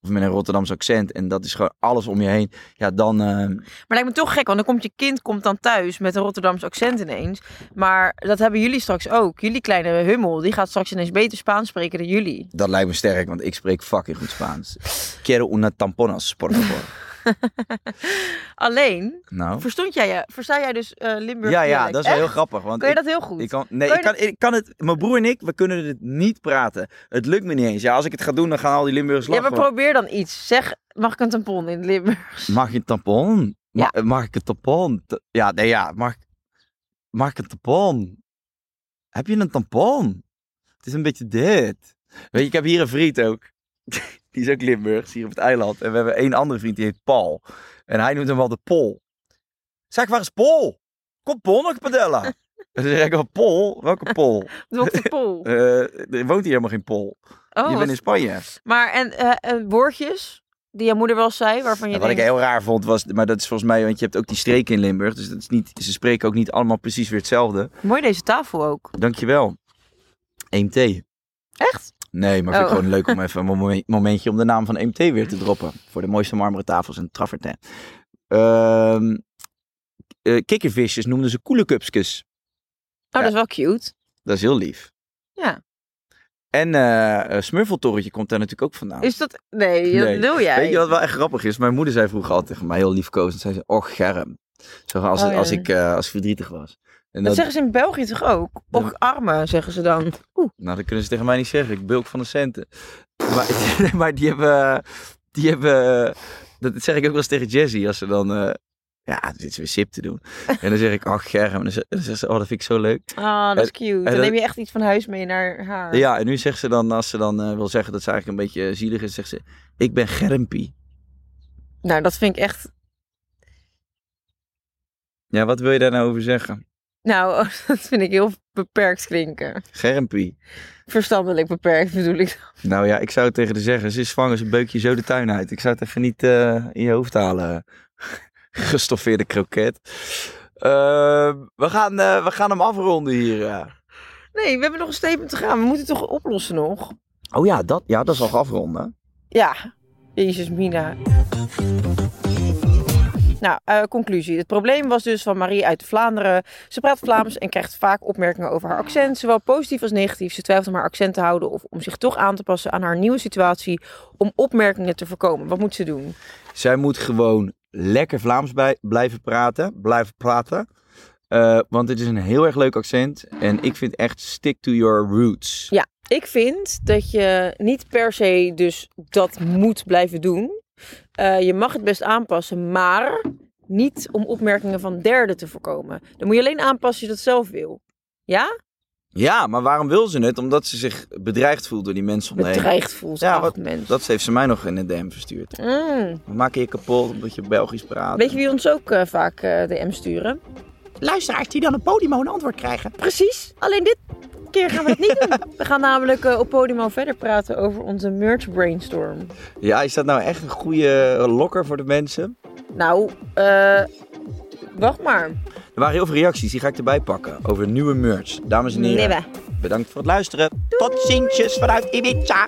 Speaker 5: Of met een Rotterdams accent en dat is gewoon alles om je heen. Ja, dan... eh,
Speaker 7: Maar lijkt me toch gek, want dan komt je kind komt dan thuis met een Rotterdams accent ineens. Maar dat hebben jullie straks ook. Jullie kleine hummel, die gaat straks ineens beter Spaans spreken dan jullie.
Speaker 5: dat lijkt me sterk, want ik spreek fucking goed Spaans. Quiero una tamponas, por favor.
Speaker 7: Alleen,
Speaker 5: Nou.
Speaker 7: verstond jij je, versta jij dus eh Limburgs
Speaker 5: Ja, ja,
Speaker 7: dialect?
Speaker 5: dat is wel heel
Speaker 7: Echt?
Speaker 5: grappig. Want
Speaker 7: Kun je
Speaker 5: ik-
Speaker 7: dat heel goed?
Speaker 5: Ik kan, nee,
Speaker 7: Kan
Speaker 5: ik
Speaker 7: je
Speaker 5: kan, ik kan het. Mijn broer en ik, we kunnen het niet praten. Het lukt me niet eens. Ja, als ik het ga doen, dan gaan al die Limburgers
Speaker 7: ja,
Speaker 5: lachen.
Speaker 7: maar probeer dan iets. Zeg, mag ik een tampon in het Limburgs?
Speaker 5: Mag je een tampon? Ma- Mag ik een tampon? Ta- Ja, nee, ja. Mag, ik- mag ik een tampon? Heb je een tampon? Het is een beetje dit. Weet je, ik heb hier een vriend ook. Die is ook Limburgs, hier op het eiland. En we hebben één andere vriend, die heet Paul. En hij noemt hem wel de Pol. Zeg, waar is Pol? Kom, Pol nog padella. En dan zeg ik wel, Pol? Welke Pol?
Speaker 7: Dr. Pol.
Speaker 5: Eh, er woont hier helemaal geen Pol.
Speaker 7: Oh,
Speaker 5: je
Speaker 7: wat-
Speaker 5: bent in Spanje.
Speaker 7: Maar en, eh, en woordjes die jouw moeder wel zei, waarvan je
Speaker 5: En wat ik
Speaker 7: denkt,
Speaker 5: heel raar vond was, maar dat is volgens mij, want je hebt ook die streken in Limburg. Dus dat is niet, ze spreken ook niet allemaal precies weer hetzelfde.
Speaker 7: mooi deze tafel ook.
Speaker 5: Dankjewel. 1T.
Speaker 7: Echt?
Speaker 5: Nee, maar ik vind
Speaker 7: Oh.
Speaker 5: het gewoon leuk om even een momen- momentje om de naam van 1T weer te droppen. Voor de mooiste marmeren tafels en Travertin. Ehm eh, kikkervisjes noemden ze koelekupskes.
Speaker 7: Oh,
Speaker 5: Ja.
Speaker 7: dat is wel cute.
Speaker 5: Dat is heel lief.
Speaker 7: Ja.
Speaker 5: En eh eh, Smurfeltorretje komt daar natuurlijk ook vandaan.
Speaker 7: Is dat... Nee,
Speaker 5: Nee.
Speaker 7: dat wil jij.
Speaker 5: Weet je wat wel echt grappig is? Mijn moeder zei vroeger altijd tegen mij, heel liefkozend, zei ze, oh Germ. Zo als,
Speaker 7: Oh, ja.
Speaker 5: als, ik, eh, als ik verdrietig was. En
Speaker 7: Dat
Speaker 5: dat,
Speaker 7: zeggen ze in België toch ook? Och, armen, zeggen ze dan.
Speaker 5: nou, dat kunnen ze tegen mij niet zeggen. Ik bulk van de centen. Maar, maar die hebben... Die hebben eh, dat zeg ik ook wel eens tegen Jazzy. Als ze dan... eh, ja, dan zit ze weer sip te doen. En dan zeg ik, oh Germ. En dan ze- dan zegt ze, oh dat vind ik zo leuk.
Speaker 7: Ah, dat is cute. Dan
Speaker 5: dat-
Speaker 7: neem je echt iets van huis mee naar haar.
Speaker 5: Ja, en nu zegt ze dan, als ze dan eh, wil zeggen dat ze eigenlijk een beetje zielig is, zegt ze, ik ben Germpie.
Speaker 7: Nou, dat vind ik echt...
Speaker 5: Ja, wat wil je daar nou over zeggen?
Speaker 7: Nou, dat vind ik heel beperkt klinken.
Speaker 5: Germpie.
Speaker 7: Verstandelijk beperkt bedoel ik.
Speaker 5: Nou ja, ik zou het tegen de zeggen. Ze is zwanger, ze beukt je zo de tuin uit. Ik zou het even niet eh, in je hoofd halen. Gestoffeerde kroket. Ehm, we, gaan, eh, we gaan hem afronden hier. eh.
Speaker 7: Nee, we hebben nog een statement te gaan. We moeten het toch oplossen nog?
Speaker 5: Oh ja dat, ja, dat is al afronden.
Speaker 7: Ja, Jezus Mina. Nou, eh, conclusie. Het probleem was dus van Marie uit Vlaanderen. Ze praat Vlaams en krijgt vaak opmerkingen over haar accent, zowel positief als negatief. Ze twijfelt om haar accent te houden of om zich toch aan te passen aan haar nieuwe situatie om opmerkingen te voorkomen. Wat moet ze doen?
Speaker 5: Zij moet gewoon lekker Vlaams bij, blijven praten. Blijven praten. Eh, want het is een heel erg leuk accent. En ik vind echt stick to your roots.
Speaker 7: Ja, ik vind dat je niet per se dus dat moet blijven doen. Eh, je mag het best aanpassen, maar niet om opmerkingen van derden te voorkomen. Dan moet je alleen aanpassen als je dat zelf wil. Ja?
Speaker 5: Ja, maar waarom wil ze het? Omdat ze zich bedreigd voelt door die mensen om de heen.
Speaker 7: Bedreigd voelt
Speaker 5: Ja,
Speaker 7: ja,
Speaker 5: wat-
Speaker 7: argument.
Speaker 5: Dat heeft ze mij nog in de DM verstuurd.
Speaker 7: Mm.
Speaker 5: We maken je kapot omdat je Belgisch praat.
Speaker 7: Weet je wie ons ook eh, vaak eh, DM sturen?
Speaker 8: luisteraars die dan op Podimo een antwoord krijgen.
Speaker 7: Precies. Alleen dit keer gaan we dat niet doen. We gaan namelijk eh, op Podimo verder praten over onze merch brainstorm.
Speaker 5: Ja, is dat nou echt een goede lokker voor de mensen?
Speaker 7: Nou, eh, wacht maar.
Speaker 5: Er waren heel veel reacties, die ga ik erbij pakken. Over nieuwe merch. Dames en heren,
Speaker 7: Nibbe.
Speaker 5: bedankt voor het luisteren.
Speaker 8: Tot zientjes vanuit Ibiza.